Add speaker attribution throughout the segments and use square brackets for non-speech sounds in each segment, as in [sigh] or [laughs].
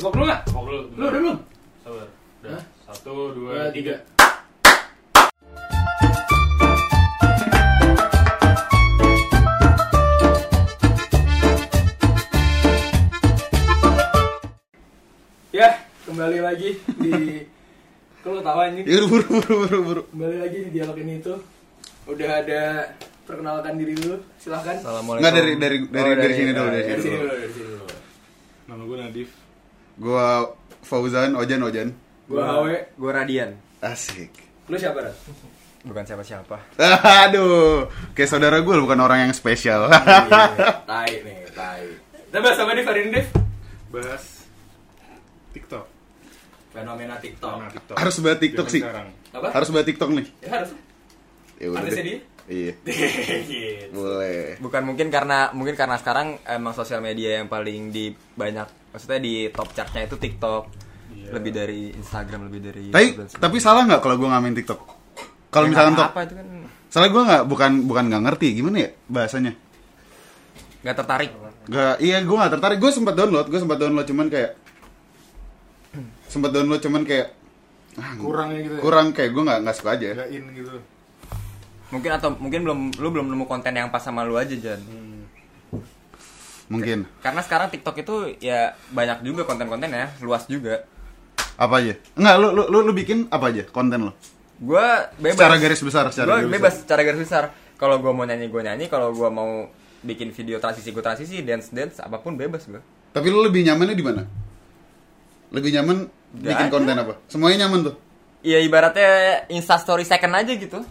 Speaker 1: Mabok dulu nggak?
Speaker 2: Mabok dulu.
Speaker 1: Lu udah belum?
Speaker 2: Sabar. Udah.
Speaker 1: Hah?
Speaker 2: Satu, dua, tiga.
Speaker 1: Ya, kembali lagi di [laughs] Kok lu tawa anjing?
Speaker 3: Ya buru buru buru buru.
Speaker 1: Kembali lagi di dialog ini itu Udah ada perkenalkan diri dulu, silahkan
Speaker 4: Assalamualaikum.
Speaker 3: Nggak dari dari dari dari sini dulu dari
Speaker 1: Dari
Speaker 3: sini
Speaker 1: sini
Speaker 3: dulu.
Speaker 1: dulu, dari sini dulu
Speaker 2: Nama gue Nadif.
Speaker 3: Gua Fauzan, Ojan Ojan.
Speaker 1: Gua Hawe,
Speaker 4: Gue Radian.
Speaker 3: Asik.
Speaker 1: lu siapa Rat?
Speaker 4: Bukan siapa-siapa.
Speaker 3: [laughs] Aduh, kayak saudara gue bukan orang yang spesial.
Speaker 1: Iya, Tai nih, tai Kita bahas apa Div hari ini Div?
Speaker 5: bahas TikTok.
Speaker 1: Fenomena
Speaker 5: Karena
Speaker 2: Nah,
Speaker 1: TikTok
Speaker 6: iya. Ah,
Speaker 5: TikTok.
Speaker 3: [laughs] Harus bahas TikTok
Speaker 5: zaman
Speaker 3: sih.
Speaker 5: Sekarang.
Speaker 1: Apa?
Speaker 3: Harus bahas TikTok nih.
Speaker 1: Ya harus
Speaker 3: Ya udah
Speaker 5: [laughs]
Speaker 1: Artisnya
Speaker 3: deh.
Speaker 1: dia?
Speaker 3: Iya,
Speaker 1: Dikit.
Speaker 3: boleh.
Speaker 4: Bukan mungkin karena mungkin karena sekarang emang sosial media yang paling di banyak maksudnya di top chartnya itu TikTok.
Speaker 1: Iya.
Speaker 4: Lebih dari Instagram, lebih dari
Speaker 3: Tapi
Speaker 4: YouTube dan sebagainya.
Speaker 3: tapi salah nggak kalau gue ngamen TikTok? Kalau
Speaker 4: Ya,
Speaker 3: misalkan
Speaker 4: nggak
Speaker 3: tok,
Speaker 4: apa itu kan
Speaker 3: salah gue nggak bukan bukan nggak ngerti gimana ya bahasanya.
Speaker 4: nggak tertarik.
Speaker 3: Gak, iya gue gak tertarik. Gue sempat download, gue sempat download cuman kayak sempat download cuman kayak ah,
Speaker 5: Kurangnya gitu. ya?
Speaker 3: kurang kayak gue nggak nggak suka aja.
Speaker 5: Nggak in gitu.
Speaker 4: Mungkin atau mungkin belum lu belum nemu konten yang pas sama lu aja, Jan.
Speaker 1: Hmm.
Speaker 3: Mungkin
Speaker 4: Karena sekarang TikTok itu ya banyak juga konten-kontennya, luas juga.
Speaker 3: apa aja? Enggak, lu lu lu, lu bikin apa aja konten lo?
Speaker 4: Gua bebas.
Speaker 3: Secara garis besar, secara
Speaker 4: Gua
Speaker 3: garis
Speaker 4: bebas secara garis besar. Kalau gua mau nyanyi, gua nyanyi. Kalau gua mau bikin video transisi, gua transisi, dance dance, apapun bebas gua.
Speaker 3: Tapi lu lebih nyamannya di mana? Lebih nyaman
Speaker 4: Nggak
Speaker 3: bikin
Speaker 4: ada.
Speaker 3: konten apa? Semuanya nyaman tuh.
Speaker 4: Iya ibaratnya Insta Story second aja gitu,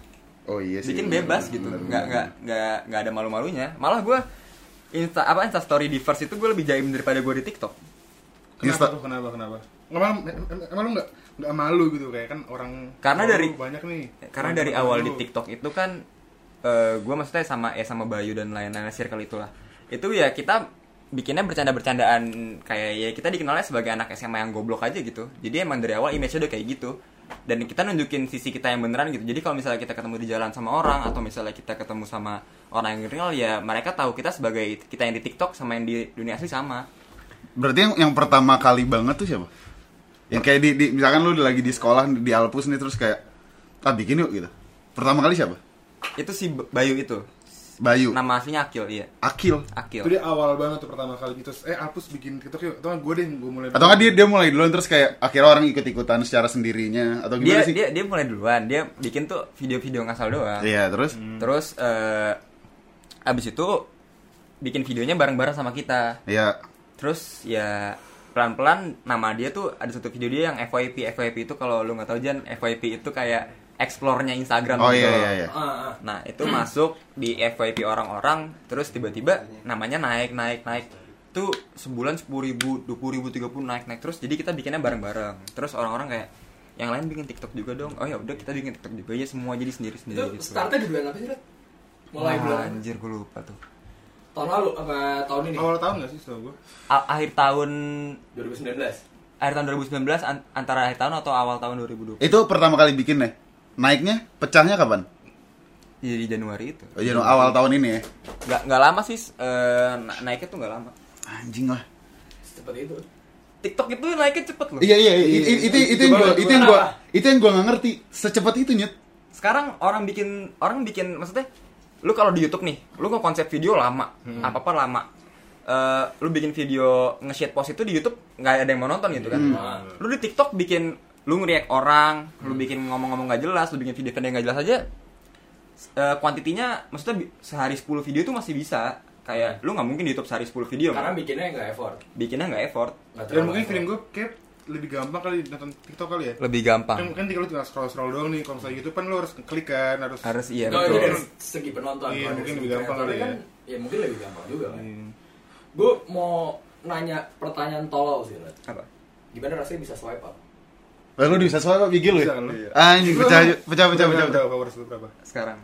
Speaker 3: Oh iya sih.
Speaker 4: bikin
Speaker 3: bener,
Speaker 4: bebas
Speaker 3: bener,
Speaker 4: gitu,
Speaker 3: bener,
Speaker 4: nggak nggak nggak nggak ada malu-malunya. Malah gue Insta apa Insta Story di first itu gue lebih jaim daripada gue di TikTok.
Speaker 5: Kenapa
Speaker 3: Insta-
Speaker 5: tuh? Kenapa? Kenapa? Iya, Emang, em- emang lu nggak nggak malu gitu kayak kan orang.
Speaker 4: Karena
Speaker 5: orang
Speaker 4: dari-
Speaker 5: banyak nih.
Speaker 4: Karena
Speaker 5: Orang
Speaker 4: dari
Speaker 5: teman
Speaker 4: awal
Speaker 5: lu.
Speaker 4: di TikTok itu kan eh gue maksudnya sama ya sama Bayu dan lain-lain circle itulah. Itu ya kita bikinnya bercanda-bercandaan kayak ya kita dikenalnya sebagai anak SMA yang goblok aja gitu. Jadi emang dari awal image-nya udah kayak gitu. Dan kita nunjukin sisi kita yang beneran gitu. Jadi kalau misalnya kita ketemu di jalan sama orang atau misalnya kita ketemu sama orang yang real ya mereka tahu kita sebagai kita yang di TikTok sama yang di dunia asli sama.
Speaker 3: Berarti yang yang pertama kali banget tuh siapa? Yang kayak di, di- misalkan lu lagi di sekolah di Alpus nih terus kayak ah bikin yuk gitu. Pertama kali siapa?
Speaker 4: Itu si B- Bayu itu.
Speaker 3: Bayu.
Speaker 4: Nama aslinya Akil, iya.
Speaker 3: Akil.
Speaker 5: Itu
Speaker 4: Akil.
Speaker 5: dia awal banget tuh pertama kali gitu. Eh, Alpus bikin TikTok yuk. Atau gue deh, gue mulai.
Speaker 3: Atau nggak dia dia mulai duluan terus kayak akhirnya orang ikut-ikutan secara sendirinya atau
Speaker 4: Dia
Speaker 3: gimana sih?
Speaker 4: dia dia mulai duluan. Dia bikin tuh video-video ngasal doang.
Speaker 3: Iya, terus
Speaker 4: Terus eh abis itu bikin videonya bareng-bareng sama kita.
Speaker 3: Iya.
Speaker 4: Terus ya pelan-pelan nama dia tuh ada satu video dia yang FYP. FYP itu kalau lu nggak tahu Jan, FYP itu kayak explore-nya Instagram
Speaker 3: Oh
Speaker 4: gitu.
Speaker 3: iya iya iya.
Speaker 1: Ah, ah.
Speaker 4: Nah, itu masuk di FYP orang-orang, terus tiba-tiba namanya naik, naik, naik. Itu sebulan 10 ribu, 20 ribu, 30 naik, naik. Terus jadi kita bikinnya bareng-bareng. Terus orang-orang kayak, yang lain bikin TikTok juga dong. Oh ya udah kita bikin TikTok juga ya semua jadi
Speaker 5: Iya,
Speaker 1: Itu
Speaker 4: sendiri-sendiri gitu.
Speaker 1: startnya di bulan apa sih Rat? Mulai
Speaker 4: Wah,
Speaker 1: bulan
Speaker 4: Anjir, gue lupa tuh.
Speaker 1: Tahun lalu apa tahun ini?
Speaker 5: Awal tahun nggak sih setahu gue?
Speaker 4: A- akhir tahun
Speaker 1: 2019
Speaker 4: akhir tahun 2019 an- antara akhir tahun atau awal tahun 2020.
Speaker 3: Itu pertama kali bikin deh. Naiknya, pecahnya kapan?
Speaker 4: Jadi Iya, Januari itu.
Speaker 3: Oh, jadi awal tahun ini ya.
Speaker 4: Nggak, nggak lama sih s- eh, na- naiknya tuh nggak lama.
Speaker 3: Anjing lah.
Speaker 1: Seperti itu
Speaker 4: TikTok itu naiknya cepet loh.
Speaker 3: Iya iya i- i- itu itu yang gua itu yang gua itu yang gua nggak ngerti secepat itu nyet.
Speaker 4: sekarang orang bikin orang bikin maksudnya lu kalau di YouTube nih lu nggak konsep video lama
Speaker 1: Hmm.
Speaker 4: apa apa lama Eh, lu bikin video nge-share post itu di YouTube nggak ada yang mau nonton gitu kan
Speaker 1: Hmm.
Speaker 4: lu di TikTok bikin lu nge-react orang lu bikin ngomong-ngomong nggak jelas lu bikin video-video yang nggak jelas aja eh, kuantitinya maksudnya bi- sehari 10 video itu masih bisa kayak lu nggak mungkin di YouTube sehari 10 video
Speaker 1: Karena
Speaker 4: kan?
Speaker 1: bikinnya nggak effort
Speaker 4: bikinnya nggak effort
Speaker 1: Nggak
Speaker 5: Dan
Speaker 1: terlalu
Speaker 5: Iya. Ya, mungkin
Speaker 1: effort.
Speaker 5: feeling gue kayak lebih gampang kali nonton TikTok kali ya.
Speaker 4: lebih
Speaker 5: Kan,
Speaker 4: gampang
Speaker 5: kan tinggal lu tinggal scroll scroll doang nih. Kalau misalnya YouTube kan lu harus klik kan harus.
Speaker 4: harus iya
Speaker 1: Nggak, itu
Speaker 4: betul
Speaker 1: dari segi penonton
Speaker 5: Iya,
Speaker 1: Kalau dari
Speaker 5: mungkin
Speaker 1: segi
Speaker 5: lebih gampang
Speaker 1: kreatornya
Speaker 5: kali ya.
Speaker 1: kan, ya mungkin lebih gampang juga kan
Speaker 5: Hmm.
Speaker 1: Gue mau nanya pertanyaan tolol sih Rat
Speaker 4: apa
Speaker 1: Gimana rasanya bisa swipe up?
Speaker 3: Lalu bisa swipe up gigi Eh, lu ya?
Speaker 5: Bisa kan lu?
Speaker 3: Anjing pecah
Speaker 5: Lu-
Speaker 3: pecah pecah pecah.
Speaker 5: Berapa,
Speaker 3: pecah.
Speaker 5: Berapa followers lu berapa?
Speaker 4: sekarang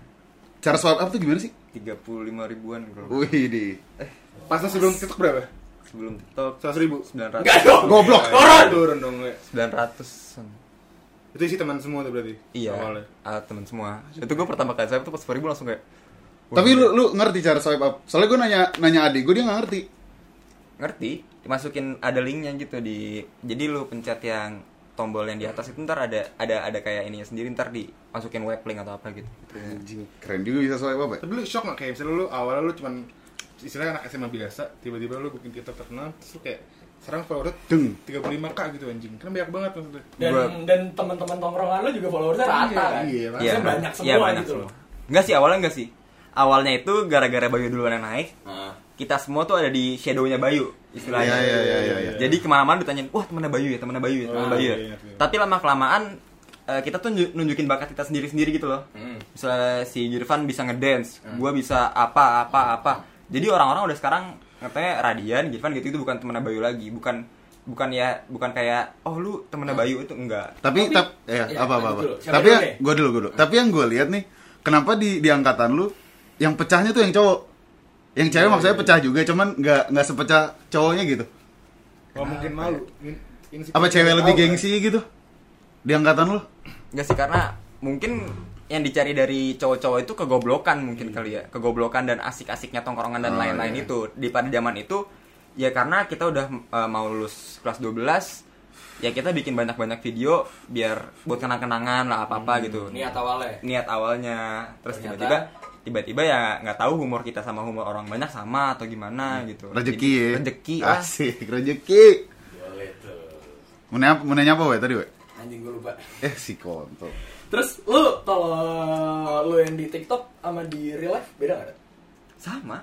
Speaker 3: Cara swipe up tuh gimana sih?
Speaker 4: 35 ribuan bro
Speaker 3: Wih di.
Speaker 5: Pasnya sebelum TikTok berapa?
Speaker 4: sebelum TikTok
Speaker 5: Seratus ribu.
Speaker 4: 900
Speaker 1: Enggak dong!
Speaker 3: Goblok.
Speaker 1: Turun!
Speaker 5: Turun dong. Le.
Speaker 4: 900
Speaker 5: Itu isi teman semua tuh berarti.
Speaker 4: iya
Speaker 5: Awalnya.
Speaker 4: ah, teman semua itu gue pertama kali saya tuh pas 2000 langsung kayak
Speaker 3: Tapi lu lu ngerti cara swipe up? Soalnya gua nanya nanya adik gua dia nggak ngerti.
Speaker 4: ngerti masukin ada linknya gitu di jadi lu pencet yang tombol yang di atas itu ntar ada ada ada kayak ininya sendiri ntar dimasukin web link atau apa gitu
Speaker 3: Anjing, keren juga bisa swipe apa ya?
Speaker 5: Tapi lu shock gak kayak misalnya lu awalnya lu cuman istilahnya anak SMA biasa, tiba-tiba lu bikin Twitter terkenal, terus lu kayak sekarang follower
Speaker 3: Deng.
Speaker 5: 35k gitu anjing. Kan banyak banget maksudnya.
Speaker 1: dan
Speaker 4: Gua-
Speaker 1: dan teman-teman tongkrongan lo juga followersnya rata kan
Speaker 5: Iya,
Speaker 1: Maksudnya
Speaker 5: Iya,
Speaker 1: banyak semua
Speaker 4: iya, banyak
Speaker 1: gitu
Speaker 4: semua.
Speaker 1: loh
Speaker 4: Enggak sih awalnya enggak sih. Awalnya itu gara-gara Bayu duluan yang naik,
Speaker 1: Nah.
Speaker 4: kita semua tuh ada di shadownya Bayu istilahnya.
Speaker 3: Iya, iya, iya, iya, iya.
Speaker 4: Jadi kemana-mana ditanyain, wah temennya Bayu ya, temennya Bayu ya, temennya
Speaker 5: Oh,
Speaker 4: Bayu ya.
Speaker 5: iya, iya, iya.
Speaker 4: Tapi lama kelamaan kita tuh nunju- nunjukin bakat kita sendiri-sendiri gitu loh.
Speaker 3: Hmm.
Speaker 4: Misalnya si Jirvan bisa ngedance, gua bisa apa apa apa. Jadi orang-orang udah sekarang katanya Radian, Jirvan gitu itu bukan temennya Bayu lagi, bukan bukan ya bukan kayak oh lu temennya
Speaker 3: Hmm.
Speaker 4: Bayu itu enggak.
Speaker 3: tapi
Speaker 1: Tapi-
Speaker 3: tap ya,
Speaker 1: Iya,
Speaker 3: apa apa,
Speaker 1: lanjut
Speaker 3: apa.
Speaker 1: dulu. Siapa
Speaker 3: tapi
Speaker 1: dulu
Speaker 3: yang
Speaker 1: deh?
Speaker 3: gue dulu gue dulu tapi yang gue lihat nih kenapa di di angkatan lu yang pecahnya tuh yang cowok yang
Speaker 1: Iya,
Speaker 3: cewek maksudnya pecah juga cuman nggak nggak sepecah cowoknya gitu
Speaker 5: Gak mungkin malu. In- insecure.
Speaker 3: apa cewek
Speaker 5: Tahu,
Speaker 3: lebih
Speaker 5: kan?
Speaker 3: gengsi gitu di angkatan lu
Speaker 4: Enggak sih karena mungkin yang dicari dari cowok-cowok itu kegoblokan mungkin kali ya. Kegoblokan dan asik-asiknya tongkrongan dan
Speaker 3: Oh,
Speaker 4: lain-lain
Speaker 3: iya.
Speaker 4: itu di pada zaman itu ya karena kita udah eh, mau lulus kelas 12 ya kita bikin banyak-banyak video biar buat kenang-kenangan lah apa-apa gitu.
Speaker 1: niat awalnya
Speaker 4: Niat awalnya terus
Speaker 1: Ternyata-
Speaker 4: tiba-tiba tiba-tiba ya nggak tahu humor kita sama humor orang banyak sama atau gimana gitu.
Speaker 3: rezeki
Speaker 4: Jadi,
Speaker 3: ya
Speaker 4: Rezeki
Speaker 1: ah.
Speaker 4: lah.
Speaker 3: asik rezeki
Speaker 1: boleh tuh
Speaker 3: mau nanya mau nanya apa we tadi we
Speaker 1: anjing gue lupa
Speaker 3: eh si kontol
Speaker 1: terus lu kalau lu yang di TikTok sama di real life beda nggak?
Speaker 4: ah, Sama.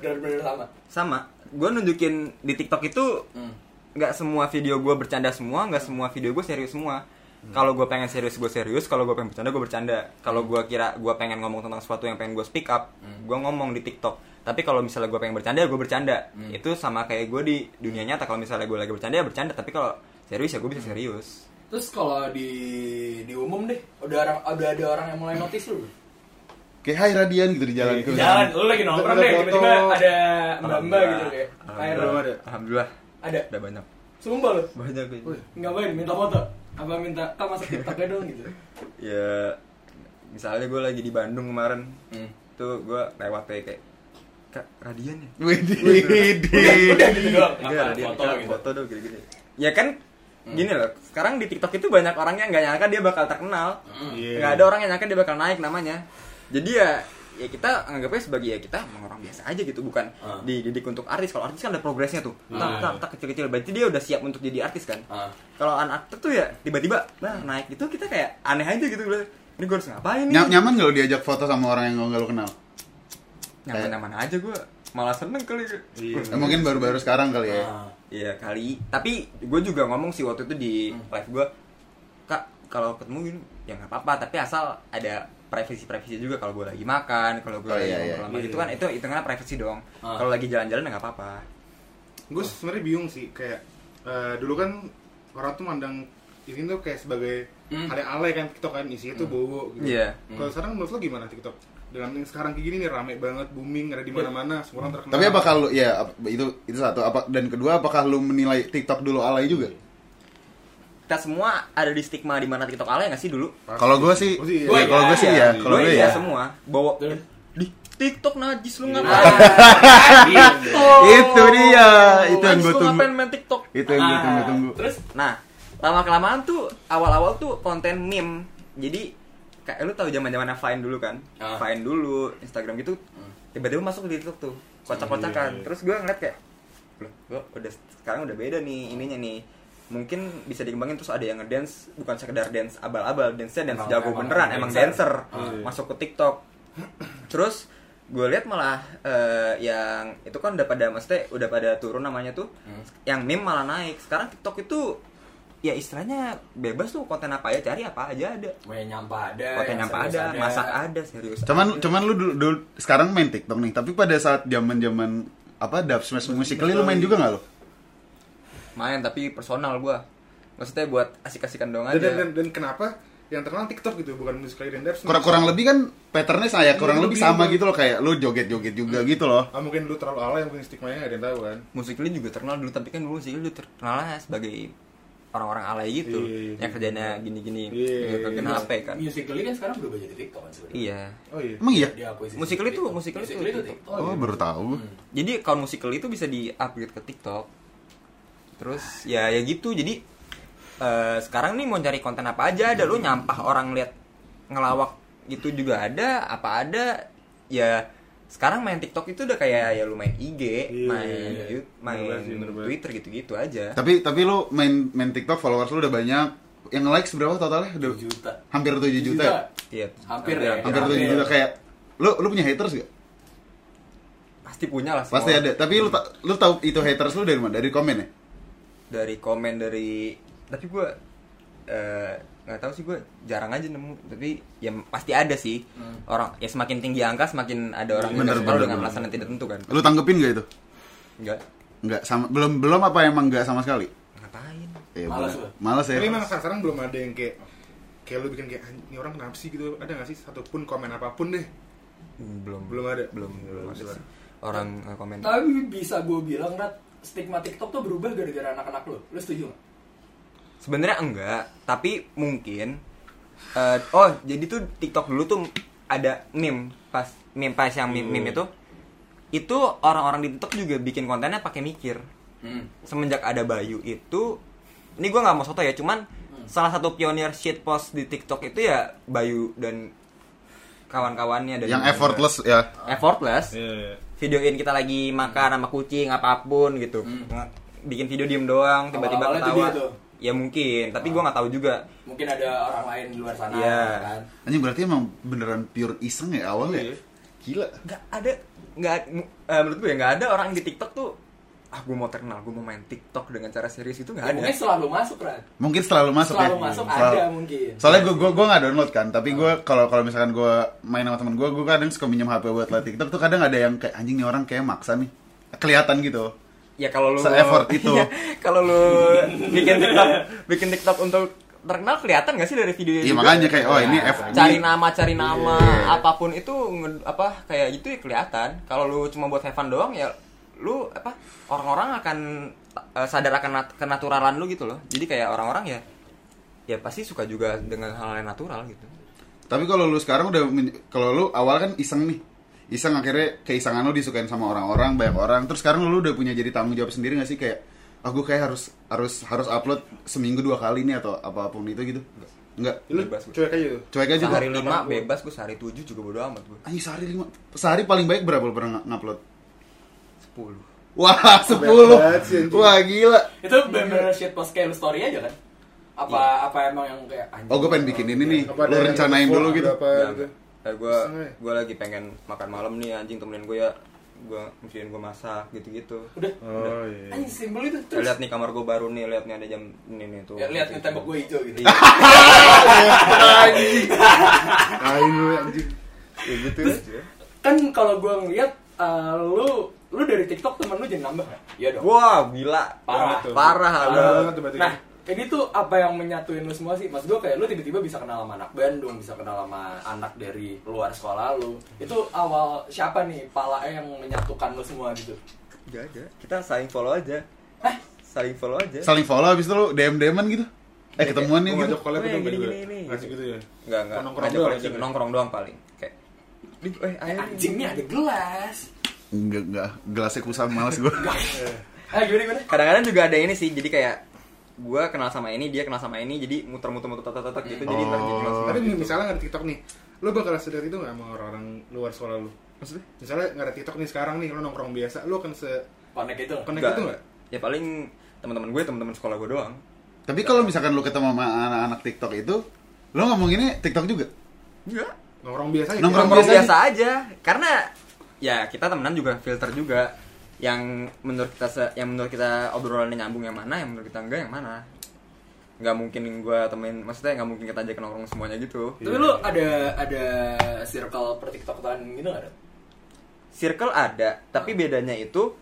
Speaker 1: benar-benar sama
Speaker 4: sama gue nunjukin di TikTok itu
Speaker 1: Hmm.
Speaker 4: nggak semua video gue bercanda semua nggak semua video gue serius semua kalau gue pengen serius gue serius kalau gue pengen bercanda gue bercanda kalau gue kira gue pengen ngomong tentang sesuatu yang pengen gue speak up gue ngomong di TikTok tapi kalau misalnya gue pengen bercanda gue bercanda itu sama kayak gue di dunia nyata kalau misalnya gue lagi bercanda ya bercanda tapi kalau serius ya gue bisa serius
Speaker 1: terus kalau di di umum deh udah orang udah ada orang yang mulai notice lu
Speaker 3: kayak hai radian gitu di jalan
Speaker 1: Di Iya, jalan lu lagi nongkrong deh
Speaker 5: Foto.
Speaker 1: tiba-tiba ada mbak-mbak gitu kayak kayak
Speaker 4: alhamdulillah
Speaker 1: lu-
Speaker 5: ada.
Speaker 4: alhamdulillah
Speaker 1: ada
Speaker 4: udah banyak
Speaker 1: sumpah lu
Speaker 4: banyak
Speaker 1: ngapain minta foto apa minta kak masuk TikToknya dong gitu
Speaker 4: ya misalnya gue lagi di Bandung kemarin
Speaker 1: Hmm.
Speaker 4: tuh gue lewat kayak kayak kak radian ya
Speaker 1: udah udah
Speaker 3: Widih.
Speaker 1: gitu doang
Speaker 4: Iya,
Speaker 1: apa
Speaker 4: Radian,
Speaker 1: foto
Speaker 4: Kak,
Speaker 1: gitu Hmm.
Speaker 4: foto dong gini-gini ya kan gini loh sekarang di TikTok itu banyak orangnya nggak nyangka dia bakal terkenal
Speaker 1: Hmm.
Speaker 5: Iya.
Speaker 4: nggak ada orang yang nyangka dia bakal naik namanya jadi ya ya kita anggapnya sebagai ya kita emang orang biasa aja gitu bukan
Speaker 1: Ah.
Speaker 4: dididik untuk artis kalau artis kan ada progresnya tuh tak
Speaker 1: Ah.
Speaker 4: tak tak kecil-kecil berarti dia udah siap untuk jadi artis kan
Speaker 1: Ah.
Speaker 4: kalau anak aktor tuh ya tiba-tiba nah naik itu kita kayak aneh aja gitu ini gue harus ngapain nih
Speaker 3: Ny- nyaman gak lo diajak foto sama orang yang gak lo kenal
Speaker 1: Eh.
Speaker 4: nyaman-nyaman aja gue malah seneng kali gue.
Speaker 1: Iya.
Speaker 3: Eh, mungkin baru-baru sekarang kali ya
Speaker 1: Ah.
Speaker 4: Iya kali. Tapi gue juga ngomong sih waktu itu di
Speaker 3: Hmm.
Speaker 4: live gue, kak kalau ketemu gini ya nggak apa-apa. Tapi asal ada privasi-privasi juga kalau gue lagi makan, kalau gue
Speaker 3: Oh,
Speaker 4: lagi
Speaker 3: iya, iya.
Speaker 4: ngobrol sama- itu kan itu hitungannya privasi dong.
Speaker 1: Ah.
Speaker 4: Kalau lagi jalan-jalan ya nggak apa-apa.
Speaker 5: gue sebenarnya bingung sih kayak eh, dulu kan orang tuh mandang ini tuh kayak sebagai hal yang alay kan TikTok kan isinya tuh bobo gitu.
Speaker 4: Iya.
Speaker 5: Kalau sekarang menurut lo gimana TikTok? Dengan yang sekarang kayak gini nih rame banget booming ada di mana-mana semua orang terkenal.
Speaker 3: Tapi apakah lu ya ap- itu itu satu apa dan kedua apakah lu menilai TikTok dulu alay juga?
Speaker 4: Kita semua ada di stigma di mana TikTok alay nggak sih dulu?
Speaker 5: Pasti.
Speaker 3: Kalau gua sih,
Speaker 5: Gua sih iya.
Speaker 3: ya, kalau gua sih ya,
Speaker 5: Iya.
Speaker 3: kalau
Speaker 4: Lu
Speaker 3: gua
Speaker 4: iya
Speaker 3: ya.
Speaker 4: semua bawa
Speaker 1: Betul.
Speaker 4: di TikTok najis lu
Speaker 3: Iya.
Speaker 4: ngapain?
Speaker 1: Ah, gitu.
Speaker 3: Itu dia, [laughs] itu yang
Speaker 4: Najis
Speaker 3: gua
Speaker 4: lu
Speaker 3: tunggu.
Speaker 4: ngapain main TikTok?
Speaker 3: Itu yang gua
Speaker 1: Ah,
Speaker 3: tunggu-tunggu.
Speaker 1: terus
Speaker 4: Nah, lama kelamaan tuh awal-awal tuh konten meme. Jadi kayak lu tahu zaman-zamannya Vine dulu kan?
Speaker 1: Ah.
Speaker 4: Vine dulu, Instagram gitu. Tiba-tiba masuk di TikTok tuh. Kocak-kocakan. Terus gue ngeliat kayak loh, gua udah sekarang udah beda nih ininya nih. Mungkin bisa dikembangin terus ada yang ngedance bukan sekedar dance abal-abal, dance-nya dance
Speaker 1: Emang-
Speaker 4: jago
Speaker 1: emang iya,
Speaker 4: beneran, emang dancer.
Speaker 1: Ah.
Speaker 4: Masuk ke TikTok. [clears throat] Terus gue lihat malah eh, yang itu kan udah pada maksudnya udah pada turun namanya tuh
Speaker 1: Hmm.
Speaker 4: yang meme malah naik sekarang TikTok itu ya istilahnya bebas tuh konten apa aja cari apa aja ada
Speaker 1: mau yang nyampa ada
Speaker 4: konten
Speaker 1: yang
Speaker 4: apa
Speaker 1: Eh, serius
Speaker 4: ada masak ada serius
Speaker 3: Cuman
Speaker 4: ada.
Speaker 3: cuman lu dulu, dulu- sekarang main TikTok nih, tapi pada saat zaman-zaman apa dub smash musically lu main juga nggak lu?
Speaker 4: main tapi personal gua maksudnya buat asik-asikan doang
Speaker 5: dan, dan, dan,
Speaker 4: aja
Speaker 5: dan kenapa yang terkenal TikTok gitu bukan musik dan dance?
Speaker 3: Kurang kurang lebih kan patternnya saya kurang
Speaker 5: Iya,
Speaker 3: lebih
Speaker 5: lebih
Speaker 3: sama
Speaker 5: juga.
Speaker 3: gitu loh kayak lu joget-joget juga gitu loh.
Speaker 5: Ah, mungkin lu terlalu alay mungkin stigma nya ada yang tahu kan.
Speaker 4: musik ini juga terkenal dulu tapi kan dulu musik ini terkenal sebagai orang-orang alay gitu
Speaker 5: Iya, iya,
Speaker 4: yang kerjanya gini-gini
Speaker 5: Iya, iya,
Speaker 4: gitu,
Speaker 5: iya.
Speaker 4: kena HP kan
Speaker 1: Musically kan sekarang berubah jadi TikTok kan sebenarnya.
Speaker 4: iya
Speaker 5: Oh iya.
Speaker 3: Emang iya?
Speaker 1: Dia akuisisi
Speaker 4: Musically tuh-
Speaker 1: TikTok.
Speaker 4: Musically tuh
Speaker 1: Musically tuh
Speaker 4: TikTok.
Speaker 1: TikTok.
Speaker 3: Oh, baru tahu.
Speaker 4: Hmm. jadi account musical itu bisa di upgrade ke TikTok terus ya ya gitu jadi eh, sekarang nih mau cari konten apa aja ada lu nyampah orang lihat ngelawak gitu juga ada apa ada ya sekarang main TikTok itu udah kayak ya lu main IG
Speaker 5: Iya,
Speaker 4: main
Speaker 5: iya.
Speaker 4: Yout- main
Speaker 5: Bener sih, bener banget.
Speaker 4: Twitter gitu-gitu aja
Speaker 3: Tapi tapi lu main main TikTok followers lu udah banyak. Yang likes berapa totalnya? Udah
Speaker 1: 7 juta.
Speaker 3: hampir 7 juta. ya?
Speaker 4: Iya,
Speaker 1: Hampir ya.
Speaker 3: Hampir 7
Speaker 1: Hampir.
Speaker 3: juta kayak lu lu punya haters gak?
Speaker 4: pasti punya lah semua
Speaker 3: Pasti
Speaker 4: orang.
Speaker 3: ada. Tapi lu ta- lu tahu itu haters lu dari mana? Dari komen ya?
Speaker 4: dari komen dari tapi gue eh, nggak tahu sih gue jarang aja nemu tapi ya pasti ada sih orang ya semakin tinggi angka semakin ada orang yang
Speaker 3: Bener,
Speaker 4: nggak suka lo
Speaker 3: bener,
Speaker 4: dengan
Speaker 3: bener.
Speaker 4: alasan yang tidak tentu kan
Speaker 3: Lu tanggepin gak itu?
Speaker 4: enggak
Speaker 3: Enggak sama belum belum apa emang enggak sama sekali?
Speaker 4: ngapain
Speaker 3: Eh,
Speaker 1: Males
Speaker 3: bener.
Speaker 1: gua.
Speaker 3: Males ya.
Speaker 5: Tapi emang sekarang belum ada yang kayak kayak lu bikin kayak "Anj- ini orang kenapa sih gitu ada nggak sih satupun komen apapun deh
Speaker 4: Hmm, belum
Speaker 5: belum ada
Speaker 4: belum belum ada
Speaker 5: Suara.
Speaker 4: sih orang eh, komen
Speaker 1: Tapi bisa gue bilang Nat, stigma TikTok tuh berubah gara-gara anak-anak lo. Lo setuju nggak?
Speaker 4: sebenarnya enggak tapi mungkin eh, oh jadi tuh TikTok dulu tuh ada meme pas meme pas yang meme, meme itu itu orang-orang di TikTok juga bikin kontennya pakai mikir semenjak ada Bayu itu ini gue nggak mau soto ya cuman salah satu pionir shit post di TikTok itu ya Bayu dan kawan-kawannya dan
Speaker 1: gitu.
Speaker 3: Yang effortless ya.
Speaker 4: effortless
Speaker 2: Iya, iya.
Speaker 4: videoin kita lagi makan sama kucing apapun gitu Nge- bikin video diem doang tiba-tiba
Speaker 1: Hmm. Awal-awalnya itu
Speaker 4: ketawa
Speaker 1: dia tuh. Ah.
Speaker 4: ya mungkin tapi gue nggak tahu juga
Speaker 1: Mungkin ada orang lain di luar sana
Speaker 4: Iya.
Speaker 1: kan.
Speaker 3: Anjing berarti emang beneran pure iseng ya awalnya.
Speaker 2: Iya.
Speaker 3: Gila.
Speaker 4: nggak ada nggak eh, menurut gue ya nggak ada orang di TikTok tuh ah gue mau terkenal gue mau main TikTok dengan cara serius itu nggak
Speaker 1: Ya,
Speaker 4: ada
Speaker 1: mungkin selalu masuk kan.
Speaker 3: Mungkin selalu masuk
Speaker 1: Selalu
Speaker 3: ya.
Speaker 1: masuk
Speaker 3: Selalu-
Speaker 1: ada mungkin. Oh.
Speaker 3: Soalnya gue gue gue nggak download kan, tapi gue kalau kalau misalkan gue main sama temen gue, gue kadang suka minjem HP buat liat TikTok tuh kadang ada yang kayak anjing nih orang kayak maksa nih, kelihatan gitu.
Speaker 4: ya kalau lu [laughs]
Speaker 3: Se-effort itu.
Speaker 4: Iya, kalau lu bikin TikTok bikin TikTok untuk terkenal kelihatan gak sih dari video
Speaker 3: Iya makanya kayak oh ini F
Speaker 4: ya. Nah, cari
Speaker 3: ini- Iya.
Speaker 4: nama cari nama apapun itu nge- apa kayak gitu ya kelihatan kalau lu cuma buat have fun doang ya lu apa orang-orang akan eh, sadar akan nat- kenaturalan lu gitu loh jadi kayak orang-orang ya ya pasti suka juga dengan hal-hal yang natural gitu
Speaker 3: Tapi kalau lu sekarang udah men- kalau lu awal kan iseng nih, iseng akhirnya keisengan lu disukain sama orang-orang banyak orang. Terus sekarang lu udah punya jadi tanggung jawab sendiri gak sih kayak aku kayak harus harus harus upload seminggu dua kali nih atau apapun itu gitu. Enggak.
Speaker 5: lu
Speaker 4: Bebas.
Speaker 5: cuek aja tuh
Speaker 3: Cuek aja
Speaker 4: sehari
Speaker 3: tuh.
Speaker 4: lima bebas gue sehari tujuh juga bodo amat gue
Speaker 3: Anjing sehari lima. Sehari paling baik berapa lu pernah ng- ngupload?
Speaker 4: sepuluh
Speaker 3: Wah,
Speaker 5: banget
Speaker 3: 10.
Speaker 5: sih, anjing.
Speaker 3: Wah, gila.
Speaker 1: Itu benar-benar shit post kayak lu story aja kan. Apa
Speaker 4: Iya.
Speaker 1: apa emang yang kayak anjing.
Speaker 3: Oh, gue pengen bikin ini nih.
Speaker 5: Apa
Speaker 3: Lu
Speaker 5: ada yang
Speaker 3: rencanain
Speaker 5: telepon,
Speaker 3: dulu gitu.
Speaker 5: ada apa gitu.
Speaker 4: Ntar gue
Speaker 5: Iseng aja.
Speaker 4: gue Eh, lagi pengen makan malam nih anjing temenin gue ya gue mungkin gue masak gitu-gitu
Speaker 1: Udah.
Speaker 5: oh iya
Speaker 1: Anjing simbol itu
Speaker 4: Ya,
Speaker 1: terus.
Speaker 4: lihat nih kamar gue baru nih lihat nih ada jam ini nih tuh
Speaker 1: Ya, lihat nih tembok gue hijau gitu. [laughs]
Speaker 4: Iya.
Speaker 5: Kain lu anjing ya gitu
Speaker 1: kan kalau gue ngeliat eh, lu lu dari TikTok temen lu jadi nambah kan? Iya dong.
Speaker 4: wah gila
Speaker 1: Parah.
Speaker 4: parah parah lu.
Speaker 5: banget tuh berarti.
Speaker 1: Nah, ini tuh apa yang menyatuin lu semua sih? Mas gue kayak lu tiba-tiba bisa kenal sama anak Bandung, bisa kenal sama anak dari luar sekolah lu. Itu awal siapa nih pala yang menyatukan lu semua gitu?
Speaker 4: Gak aja kita saling follow aja saling follow aja
Speaker 3: Saling follow habis itu lu DM-DM-an gitu. Eh, ketemuan nih
Speaker 5: Mau
Speaker 3: gitu.
Speaker 5: ngajak collab
Speaker 4: Weh,
Speaker 5: itu enggak
Speaker 4: gini,
Speaker 5: juga?
Speaker 4: gini, gini.
Speaker 5: Ngasih gitu ya.
Speaker 4: nggak nggak
Speaker 5: Nongkrong
Speaker 4: Ngajak
Speaker 5: doang,
Speaker 4: collab
Speaker 5: anjing.
Speaker 4: juga. nongkrong doang paling kayak "Di, eh ayo nih."
Speaker 1: Anjingnya ada gelas.
Speaker 3: Enggak, enggak. Gelasnya kusam males gue.
Speaker 1: Ah gimana gimana?
Speaker 4: kadang-kadang juga ada ini sih jadi kayak gue kenal sama ini dia kenal sama ini jadi muter-muter-muter tetek-tetek gitu jadi ntar jadi langsung
Speaker 5: Tapi misalnya nggak ada TikTok nih, lu bakal sedekat itu nggak sama orang-orang luar sekolah lu?
Speaker 4: maksudnya
Speaker 5: Misalnya nggak ada TikTok nih sekarang nih, lu nongkrong biasa, lu akan se
Speaker 1: Konek itu.
Speaker 4: Nggak.
Speaker 5: connect itu gitu nggak?
Speaker 4: ya paling teman-teman gue teman-teman sekolah gue doang
Speaker 3: Tapi kalau misalkan lu ketemu sama anak-anak TikTok itu, lu ngomonginnya TikTok juga.
Speaker 4: enggak
Speaker 5: Nongkrong biasa ya, aja.
Speaker 3: Nongkrong
Speaker 4: nongkrong
Speaker 3: biasa
Speaker 4: biasa aja karena ya kita temenan juga filter juga yang menurut kita se- yang menurut kita obrolannya nyambung yang mana yang menurut kita enggak yang mana nggak mungkin gue temenin maksudnya nggak mungkin kita ajak nongkrong semuanya gitu
Speaker 1: Tapi
Speaker 5: Iya.
Speaker 1: lu ada ada circle per TikTokan gitu nggak ada?
Speaker 4: circle ada tapi bedanya itu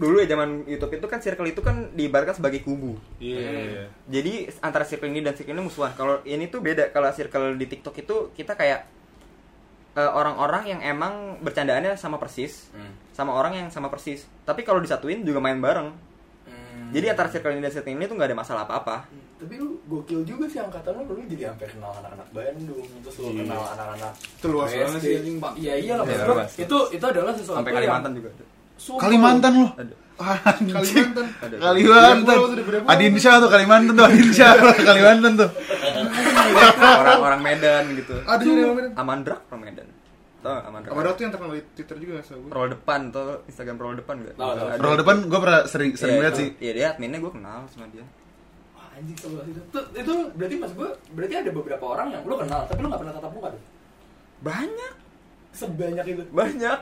Speaker 4: dulu ya zaman YouTube itu kan circle itu kan diibaratkan sebagai kubu
Speaker 5: Iya. iya.
Speaker 4: jadi antara circle ini dan circle ini musuhan kalau ini tuh beda kalau circle di TikTok itu kita kayak eh, orang-orang yang emang
Speaker 1: Hmm. Hmm.
Speaker 4: bercandaannya sama persis sama orang yang sama persis tapi kalau disatuin juga main bareng Jadi antara circle ini dan circle ini tuh nggak ada masalah apa-apa.
Speaker 1: Tapi lu gokil juga sih angkatan lu, lu jadi hampir kenal anak-anak Bandung, terus lu kenal anak-anak
Speaker 5: Itu luas
Speaker 1: SD.
Speaker 5: banget sih, anjing, Pak.
Speaker 1: Iya iyalah maksud
Speaker 4: Iya,
Speaker 1: gua,
Speaker 4: luas.
Speaker 1: itu itu adalah sesuatu
Speaker 4: Sampai
Speaker 1: yang
Speaker 4: Kalimantan juga.
Speaker 1: super.
Speaker 3: Kalimantan loh.
Speaker 4: Aduh.
Speaker 3: Anjing.
Speaker 5: [laughs] Kalimantan.
Speaker 4: Iya,
Speaker 3: Kalimantan.
Speaker 5: Beda pulau tuh, beda pulau.
Speaker 3: Adinsyah tuh Kalimantan tuh Adinsyah Kalimantan tuh.
Speaker 4: Orang-orang Medan gitu.
Speaker 5: Ada juga yang ngomongin.
Speaker 4: Amandrak orang Medan. Tau nggak Amandrak?
Speaker 5: Apa tuh yang terkenal di Twitter juga nggak gue.
Speaker 4: Roll depan tuh Instagram roll depan gak?
Speaker 1: Tahu, tahu.
Speaker 3: Roll depan gue pernah sering sering lihat sih.
Speaker 4: Iya dia adminnya gue kenal sama dia.
Speaker 1: Wah, anjing seluas itu. Tuh, itu berarti mas gua, berarti ada beberapa orang yang lu kenal, tapi lu nggak pernah tatap muka tuh.
Speaker 4: Banyak,
Speaker 1: Sebanyak itu.
Speaker 4: banyak.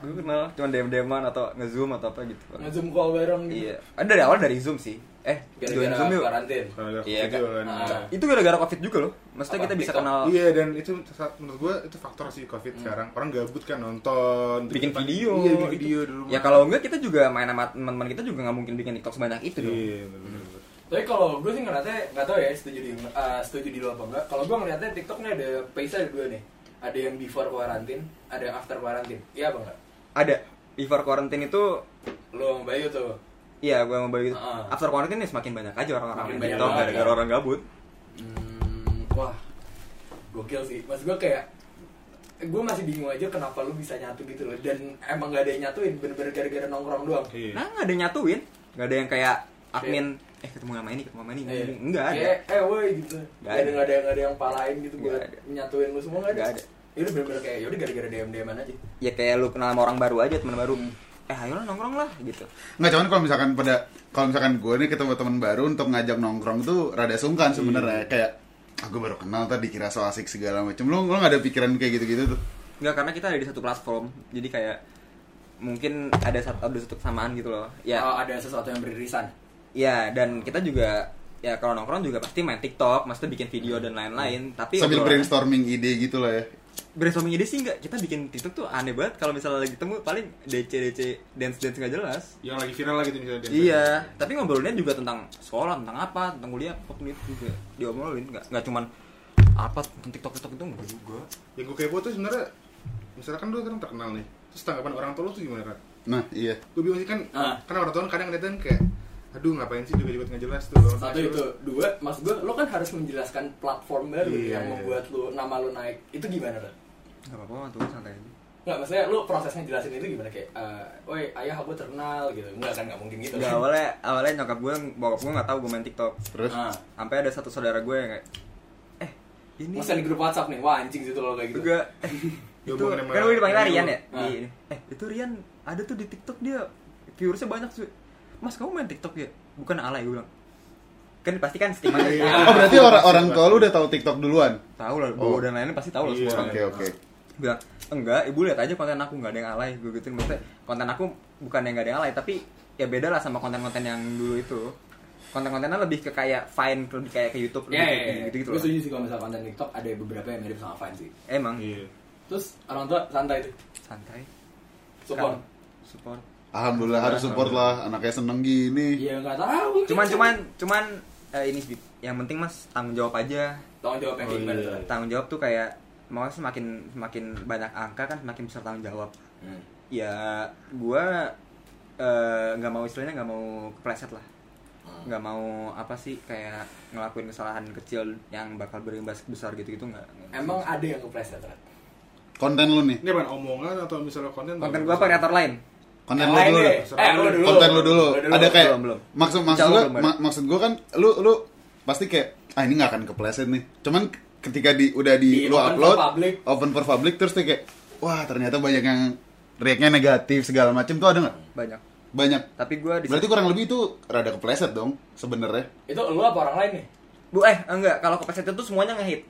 Speaker 4: Gue kenal cuma DM-DMan atau nge-zoom atau apa gitu.
Speaker 1: Nge-zoom call bareng gitu.
Speaker 4: Iya. Ah, Dari awal dari Zoom sih. Eh, join
Speaker 1: Gara-gara
Speaker 4: Zoom yuk.
Speaker 1: karantin.
Speaker 5: Kalau
Speaker 4: Iya,
Speaker 5: gitu
Speaker 4: kan?
Speaker 5: kan.
Speaker 1: Ah.
Speaker 4: Itu gara-gara Covid juga loh. Maksudnya
Speaker 1: Apa?
Speaker 4: kita bisa
Speaker 1: TikTok?
Speaker 4: kenal
Speaker 5: Iya dan itu sa- menurut gue itu faktor sih covid
Speaker 4: Hmm.
Speaker 5: sekarang orang gabut kan nonton
Speaker 4: bikin
Speaker 5: depan-
Speaker 4: video.
Speaker 5: iya bikin video di rumah
Speaker 4: Ya kalau enggak kita juga main sama teman-teman kita juga nggak mungkin bikin TikTok sebanyak itu dong.
Speaker 5: iya bener-bener.
Speaker 1: Tapi kalau gue sih ngeliatnya, nggak tau ya setuju di, eh, setuju di lu apa enggak Kalau gue ngeliatnya TikTok nih ada pace ada dua nih Ada yang before quarantine, ada yang after quarantine Iya apa enggak?
Speaker 4: Ada before quarantine itu
Speaker 1: Lu sama Bayu tuh
Speaker 4: Iya, gue mau bagi.
Speaker 1: Heeh.
Speaker 4: After quarantine ya semakin banyak aja orang-orang
Speaker 1: Makin
Speaker 4: main
Speaker 1: banyak
Speaker 4: TikTok
Speaker 1: banget,
Speaker 4: gara-gara
Speaker 1: ya.
Speaker 4: orang gabut.
Speaker 1: hmm, Wah, gokil sih Mas gue kayak, gue masih bingung aja kenapa lu bisa nyatu gitu loh Dan emang gak ada yang nyatuin, bener-bener gara-gara nongkrong doang
Speaker 5: Iya.
Speaker 4: Nah, nggak ada yang nyatuin, nggak ada yang kayak admin eh ketemu sama ini, ketemu sama ini,
Speaker 1: Iya.
Speaker 4: enggak ada.
Speaker 1: Kayak, eh woi gitu Gak
Speaker 4: Nggak
Speaker 1: ada,
Speaker 4: ada.
Speaker 1: nggak ada, nggak ada yang palain gitu
Speaker 4: Nggak
Speaker 1: buat
Speaker 4: ada.
Speaker 1: nyatuin lu semua gak ada?
Speaker 4: Nggak ada.
Speaker 1: Ya udah bener-bener kayak, yaudah gara-gara DM-DM-an aja
Speaker 4: Ya kayak lu kenal sama orang baru aja, teman baru. Eh, ayolah nongkrong lah gitu.
Speaker 3: Nggak cuman kalau misalkan pada kalau misalkan gue nih ketemu teman baru untuk ngajak nongkrong tuh rada sungkan sebenarnya kayak aku baru kenal tadi kira so asik segala macam. Lu lu nggak ada pikiran kayak gitu-gitu tuh.
Speaker 4: Enggak karena kita ada di satu platform. Jadi kayak mungkin ada satu ada satu kesamaan gitu loh. Ya,
Speaker 1: Oh, Ada sesuatu yang beririsan
Speaker 4: ya dan kita juga ya kalau nongkrong juga pasti main TikTok, maksudnya bikin video dan lain-lain. Tapi
Speaker 3: Sambil
Speaker 4: obrolan-
Speaker 3: brainstorming ide gitu lah ya.
Speaker 4: brainstorming ide sih enggak. Kita bikin TikTok tuh aneh banget kalau misalnya lagi ketemu paling DC DC dance dance nggak jelas.
Speaker 5: yang lagi viral lah gitu misalnya
Speaker 4: Iya, tapi ngobrolinnya juga tentang sekolah, tentang apa, tentang kuliah, apapun itu juga diobrolin, nggak nggak cuman apa tentang TikTok TikTok itu enggak juga.
Speaker 5: yang gue kepo tuh sebenarnya misalkan lu kan terkenal nih terus tanggapan orang tua lu tuh gimana Rat?
Speaker 3: Nah, iya.
Speaker 5: gue bingung sih kan
Speaker 1: Ah.
Speaker 5: karena orang tua kan kadang ngeliatin kayak aduh ngapain sih juga juga nggak jelas tuh orang
Speaker 1: satu
Speaker 5: tua
Speaker 1: itu dua maksud gue lo kan harus menjelaskan platform baru
Speaker 5: Iya.
Speaker 1: yang membuat lo nama lo naik itu gimana Ren?
Speaker 4: Enggak apa-apa, tuh santai aja.
Speaker 1: nggak maksudnya lo prosesnya jelasin itu gimana kayak eh, woi ayah aku terkenal gitu nggak kan nggak mungkin gitu
Speaker 4: Enggak awalnya awalnya nyokap gue, bokap gue nggak tahu gue main TikTok.
Speaker 3: Terus
Speaker 1: Ah.
Speaker 4: Sampai ada satu saudara gue yang kayak eh ini
Speaker 1: Masa di grup WhatsApp nih, wah anjing situ lo kayak gitu.
Speaker 4: juga eh, [laughs] itu
Speaker 5: Diomongin sama-
Speaker 4: kan gue dipanggil Rian ya
Speaker 1: Ah.
Speaker 4: di ini. eh itu Rian ada tuh di TikTok dia viewersnya banyak sih mas kamu main TikTok ya bukan alay gue bilang kan pasti kan stigmanya
Speaker 3: Oh, berarti orang orang tua lu udah tahu TikTok duluan.
Speaker 4: tahu lah
Speaker 3: Oh.
Speaker 4: gue dan lainnya pasti tahu lah
Speaker 5: Iya.
Speaker 4: semua orang
Speaker 3: Oke, oke.
Speaker 4: bilang enggak ibu lihat aja konten aku nggak ada yang alay gue gituin maksudnya konten aku bukan yang nggak ada yang alay tapi ya beda lah sama konten-konten yang dulu itu konten-kontennya lebih ke kayak fine lebih kayak ke YouTube
Speaker 1: Ya,
Speaker 4: lebih
Speaker 1: ya,
Speaker 4: kayak
Speaker 1: ya.
Speaker 4: gitu gitu
Speaker 1: Gue setuju sih kalau misalnya konten TikTok ada beberapa yang mirip sama Vine sih.
Speaker 4: emang
Speaker 5: iya
Speaker 1: Terus orang tua santai tuh,
Speaker 4: santai
Speaker 1: support.
Speaker 4: Kan, support
Speaker 3: Alhamdulillah harus support lah anaknya seneng gini.
Speaker 1: Iya nggak tahu.
Speaker 4: cuman cuman cuman eh, ini sih yang penting mas tanggung jawab aja
Speaker 1: Tanggung jawabnya kayak
Speaker 5: Oh,
Speaker 1: gimana
Speaker 5: iya.
Speaker 1: tuh? Ren?
Speaker 4: tanggung jawab tuh kayak makanya semakin semakin banyak angka kan semakin besar tanggung jawab
Speaker 1: Hmm.
Speaker 4: ya gua eh, nggak mau istilahnya nggak mau kepleset lah nggak mau apa sih kayak ngelakuin kesalahan kecil yang bakal berimbas besar gitu gitu nggak nggak.
Speaker 1: Emang ada yang ya, kepleset, Ren?
Speaker 3: Konten lu nih.
Speaker 5: ini apa omongan atau misalnya konten
Speaker 4: konten gua apa kreator lain
Speaker 3: Konten
Speaker 1: Yang
Speaker 3: lu
Speaker 1: lain
Speaker 3: dulu.
Speaker 1: deh.
Speaker 3: dah.
Speaker 1: Eh, lu dulu.
Speaker 3: konten lu dulu. Ada kayak
Speaker 4: Belum, belum.
Speaker 3: maksud maksud
Speaker 4: Jauh
Speaker 3: gua
Speaker 4: belum ada.
Speaker 3: ma- maksud gua kan lu lu pasti kayak ah ini nggak akan kepleset nih. Cuman ketika di udah di,
Speaker 1: Di
Speaker 3: lu
Speaker 1: open for
Speaker 3: upload
Speaker 1: public.
Speaker 3: open for public terus tuh kayak wah ternyata banyak yang react-nya negatif segala macem tuh ada nggak?
Speaker 4: banyak
Speaker 3: Banyak.
Speaker 4: tapi gua di
Speaker 3: Berarti kurang lebih itu rada kepleset dong sebenarnya.
Speaker 1: Itu lu apa orang lain nih?
Speaker 4: bu eh enggak kalau kepleset itu semuanya ngehit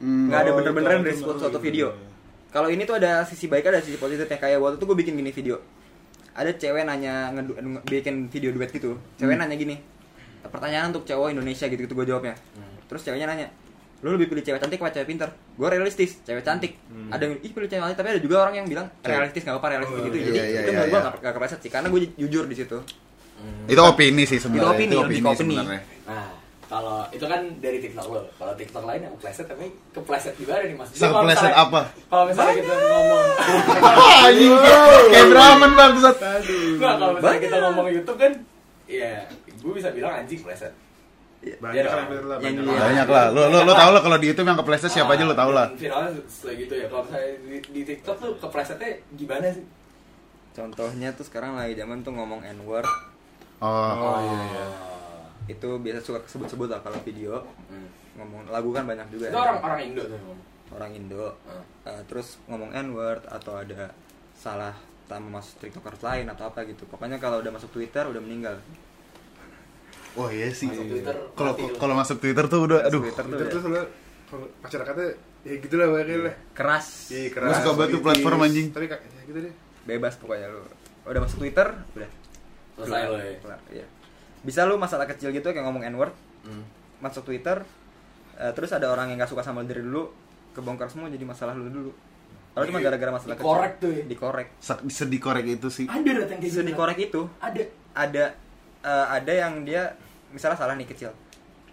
Speaker 3: Hmm.
Speaker 4: nggak ada
Speaker 5: Oh,
Speaker 4: bener-beneran
Speaker 5: itu
Speaker 4: dari
Speaker 5: itu
Speaker 4: suatu,
Speaker 5: baru
Speaker 4: suatu
Speaker 5: ini.
Speaker 4: video kalau ini tuh ada sisi baik ada sisi positifnya kayak waktu itu gue bikin gini video ada cewek nanya ngedu- nge- bikin video duet gitu cewek
Speaker 3: Hmm.
Speaker 4: nanya gini pertanyaan untuk cowok Indonesia gitu gitu gue jawabnya terus ceweknya nanya lu lebih pilih cewek cantik apa cewek pinter gue realistis cewek cantik
Speaker 3: Hmm.
Speaker 4: ada yang ih pilih cewek cantik tapi ada juga orang yang bilang realistis nggak apa-apa realistis
Speaker 5: Oh,
Speaker 4: gitu
Speaker 3: iya,
Speaker 4: jadi
Speaker 3: iya,
Speaker 4: itu
Speaker 3: iya,
Speaker 4: menurut gue
Speaker 3: iya.
Speaker 4: nggak kepleset sih karena gue jujur di situ
Speaker 3: Iya, Itu opini sih sebenarnya.
Speaker 4: opini, lebih ke opini.
Speaker 3: sebenarnya.
Speaker 1: Nah, kalau itu kan dari TikTok lo. Kalau TikTok lain yang kepleset tapi kepleset gimana nih Mas? Jadi kalau
Speaker 3: Sekepleset
Speaker 1: misalnya-
Speaker 3: apa?
Speaker 1: Kalau misalnya kita ngomong
Speaker 3: [laughs] Wah, [laughs] anjing. Kayak dramen bangsat.
Speaker 1: Enggak, kalau misalnya
Speaker 4: Banyak.
Speaker 1: kita ngomong YouTube kan ya gue bisa bilang anjing pleset
Speaker 5: banyak
Speaker 1: Iya
Speaker 5: kan
Speaker 1: dong.
Speaker 5: yang bener lah
Speaker 4: Yang
Speaker 5: banyak
Speaker 4: iya.
Speaker 5: lah.
Speaker 3: Banyak lah. Lo lo lo tau lah kalau di YouTube yang kepleset siapa aja lo tau lah.
Speaker 1: Viralnya setelah gitu ya. Kalau misalnya di, di TikTok tuh keplesetnya gimana sih?
Speaker 4: Contohnya tuh sekarang lagi zaman tuh ngomong N word
Speaker 3: Oh.
Speaker 2: Oh iya iya.
Speaker 4: itu biasa suka sebut-sebut lah kalau video
Speaker 1: Ah. Hmm.
Speaker 4: ngomong lagu kan banyak juga
Speaker 1: Itu
Speaker 4: ya.
Speaker 1: orang orang Indo tuh yang ngomong.
Speaker 4: orang Indo
Speaker 1: Hmm.
Speaker 4: Eh, terus ngomong N word atau ada salah sama masuk tiktokers lain atau apa gitu pokoknya kalau udah masuk Twitter udah meninggal
Speaker 3: Oh iya sih.
Speaker 1: Masuk Twitter,
Speaker 3: Kalau
Speaker 1: mati lu.
Speaker 3: kalau masuk Twitter tuh udah aduh.
Speaker 4: Twitter tuh
Speaker 5: Twitter
Speaker 4: udah
Speaker 5: tuh selalu kalau masyarakatnya ya gitu lah pokoknya lah.
Speaker 4: keras
Speaker 5: Iya, keras.
Speaker 3: Gua suka banget tuh
Speaker 5: politis.
Speaker 3: platform, anjing.
Speaker 5: Tapi kayak ya gitu deh.
Speaker 4: bebas pokoknya lu udah masuk Twitter udah
Speaker 1: Selesai lo ya.
Speaker 4: kelar iya. bisa lu masalah kecil gitu kayak ngomong N word
Speaker 1: Hmm.
Speaker 4: masuk Twitter eh, terus ada orang yang gak suka sama lu dari dulu kebongkar semua jadi masalah lu dulu kalau cuma gara-gara masalah
Speaker 1: Iya, Dikorek tuh ya.
Speaker 4: dikorek
Speaker 3: Sak- Sedih korek itu sih.
Speaker 1: Ada datang kayak gitu.
Speaker 4: dikorek itu
Speaker 1: Ada.
Speaker 4: ada eh, ada yang dia misalnya salah nih kecil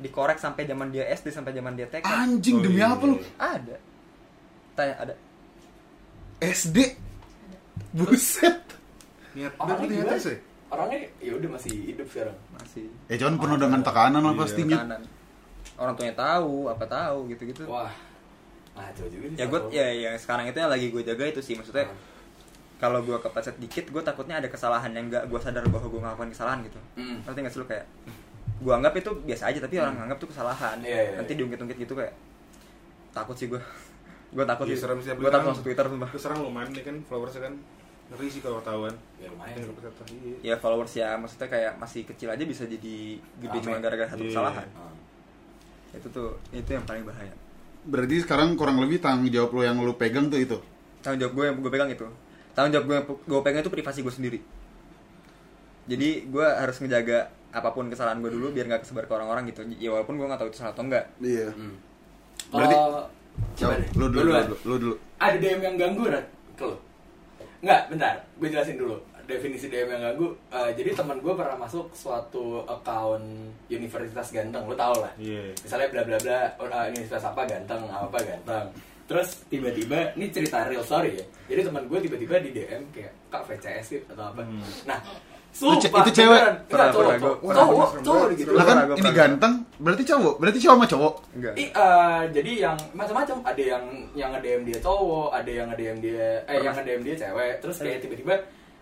Speaker 4: dikorek sampai zaman dia SD sampai zaman dia TK
Speaker 3: Anjing
Speaker 2: Oh,
Speaker 3: demi
Speaker 2: iya,
Speaker 3: apa lu?
Speaker 2: iya.
Speaker 4: ada tanya ada
Speaker 3: SD. Buset.
Speaker 5: Niat
Speaker 1: Orangnya
Speaker 5: banget niatnya
Speaker 1: gimana?
Speaker 5: sih.
Speaker 1: Orangnya ya udah masih hidup sekarang.
Speaker 4: masih
Speaker 3: Ya jangan penuh dengan tekanan lah
Speaker 2: Iya.
Speaker 3: pastinya.
Speaker 4: tekanan orang tuanya tahu apa tahu gitu gitu
Speaker 1: Wah. Ngaco juga sih.
Speaker 4: ya gue
Speaker 1: Tato.
Speaker 4: ya yang sekarang itu yang lagi gue jaga itu sih maksudnya
Speaker 1: Hmm.
Speaker 4: kalau gue kepleset dikit gue takutnya ada kesalahan yang gak gue sadar bahwa gue ngelakuin kesalahan gitu
Speaker 1: Hmm.
Speaker 4: nanti nggak sih lu kayak gue anggap itu biasa aja tapi orang anggap tuh kesalahan
Speaker 1: Iya, iya, iya.
Speaker 4: nanti diungkit-ungkit gitu kayak takut sih [laughs] gue gue takut
Speaker 5: Iya,
Speaker 4: sih
Speaker 5: serem sih, apalagi
Speaker 4: gue takut
Speaker 5: kan-
Speaker 4: masuk twitter sumpah
Speaker 5: Terus sekarang lumayan nih kan followersnya kan ngeri sih kalau ketahuan.
Speaker 1: Ya lumayan.
Speaker 5: Yang
Speaker 1: sih.
Speaker 5: kepeserta, iya.
Speaker 4: ya followers ya maksudnya kayak masih kecil aja bisa jadi gede
Speaker 1: Rame.
Speaker 4: cuma gara-gara satu
Speaker 5: Iya.
Speaker 4: kesalahan
Speaker 1: Hmm.
Speaker 4: itu tuh itu yang paling bahaya
Speaker 3: Berarti sekarang kurang lebih tanggung jawab lo yang lo pegang tuh itu.
Speaker 4: tanggung jawab gue yang gue pegang itu tanggung jawab gue yang gue pegang itu privasi gue sendiri jadi gue harus ngejaga apapun kesalahan gue dulu biar nggak kesebar ke orang-orang gitu ya walaupun gue nggak tahu itu salah atau enggak
Speaker 3: Iya.
Speaker 1: Hmm.
Speaker 3: Berarti-
Speaker 1: Kalau-
Speaker 3: Coba
Speaker 1: Gimana?
Speaker 3: lu dulu,
Speaker 1: Duluan.
Speaker 3: lu dulu, lu dulu.
Speaker 1: ada DM yang ganggu Rat, ke lo? Enggak, bentar, gue jelasin dulu definisi DM yang ganggu. Eh, jadi teman gue pernah masuk suatu account universitas ganteng, lo tau lah.
Speaker 2: Iya.
Speaker 1: Misalnya bla bla bla, eh, universitas apa ganteng, apa ganteng. Terus tiba-tiba, ini cerita real story ya. Jadi teman gue tiba-tiba di DM kayak kak VCS sih gitu," atau apa. Nah,
Speaker 3: Itu
Speaker 1: sumpah,
Speaker 3: ce- itu cewek?
Speaker 1: beneran. Enggak,
Speaker 4: Pernah,
Speaker 1: cowok,
Speaker 4: pernah,
Speaker 1: cowok,
Speaker 4: gua-
Speaker 1: cowok,
Speaker 4: pernah,
Speaker 1: cowok
Speaker 4: pernah.
Speaker 1: gitu.
Speaker 3: Lah kan
Speaker 4: Gua
Speaker 3: ini
Speaker 4: pegang.
Speaker 3: ganteng, berarti cowok, berarti cowok sama cowok.
Speaker 4: enggak
Speaker 1: I, eh, jadi yang macam-macam ada yang yang nge-DM dia cowok, ada yang nge-DM dia eh yang nge-DM dia cewek. Terus kayak tiba-tiba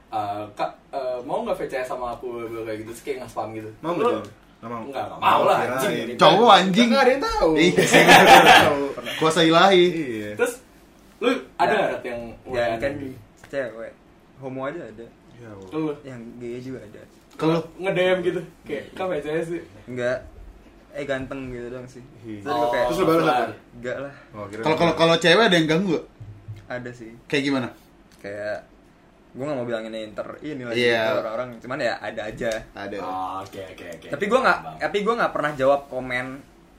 Speaker 1: eh, Kak, eh, mau nggak VCS sama aku Bla, bla, bla, gitu, terus kayak nge-spam gitu.
Speaker 5: Mau
Speaker 1: Lu-
Speaker 5: enggak? Enggak mau.
Speaker 1: Enggak, enggak mau lah, anjing.
Speaker 5: kirain.
Speaker 3: Cowok anjing.
Speaker 5: Enggak ada yang tahu.
Speaker 3: Iya.
Speaker 5: [laughs] Enggak ada yang tahu.
Speaker 3: Kuasa ilahi.
Speaker 5: Iya.
Speaker 1: Terus lu ada nggak Rat, yang
Speaker 4: ya
Speaker 1: WA-an?
Speaker 4: kan cewek homo aja ada
Speaker 5: Ya, Allah.
Speaker 1: lu
Speaker 4: yang gay juga ada
Speaker 1: kalau nge-DM gitu kayak Kak VCS sih.
Speaker 4: enggak eh ganteng gitu doang sih
Speaker 5: Iya.
Speaker 4: Terus gua kayak
Speaker 5: Terus lu
Speaker 1: Oh,
Speaker 5: balas apa?
Speaker 4: enggak lah
Speaker 5: Oh, kirain.
Speaker 3: Kalau kalau kalau cewek ada yang ganggu, nggak?
Speaker 4: ada sih
Speaker 3: kayak gimana?
Speaker 4: kayak gue nggak mau bilang ini inter ini lagi
Speaker 3: Iya.
Speaker 4: gitu orang-orang cuman ya ada aja
Speaker 3: Ada.
Speaker 1: Oh, Oke oke oke.
Speaker 4: tapi gue nggak
Speaker 1: Bang.
Speaker 4: tapi gue nggak pernah jawab komen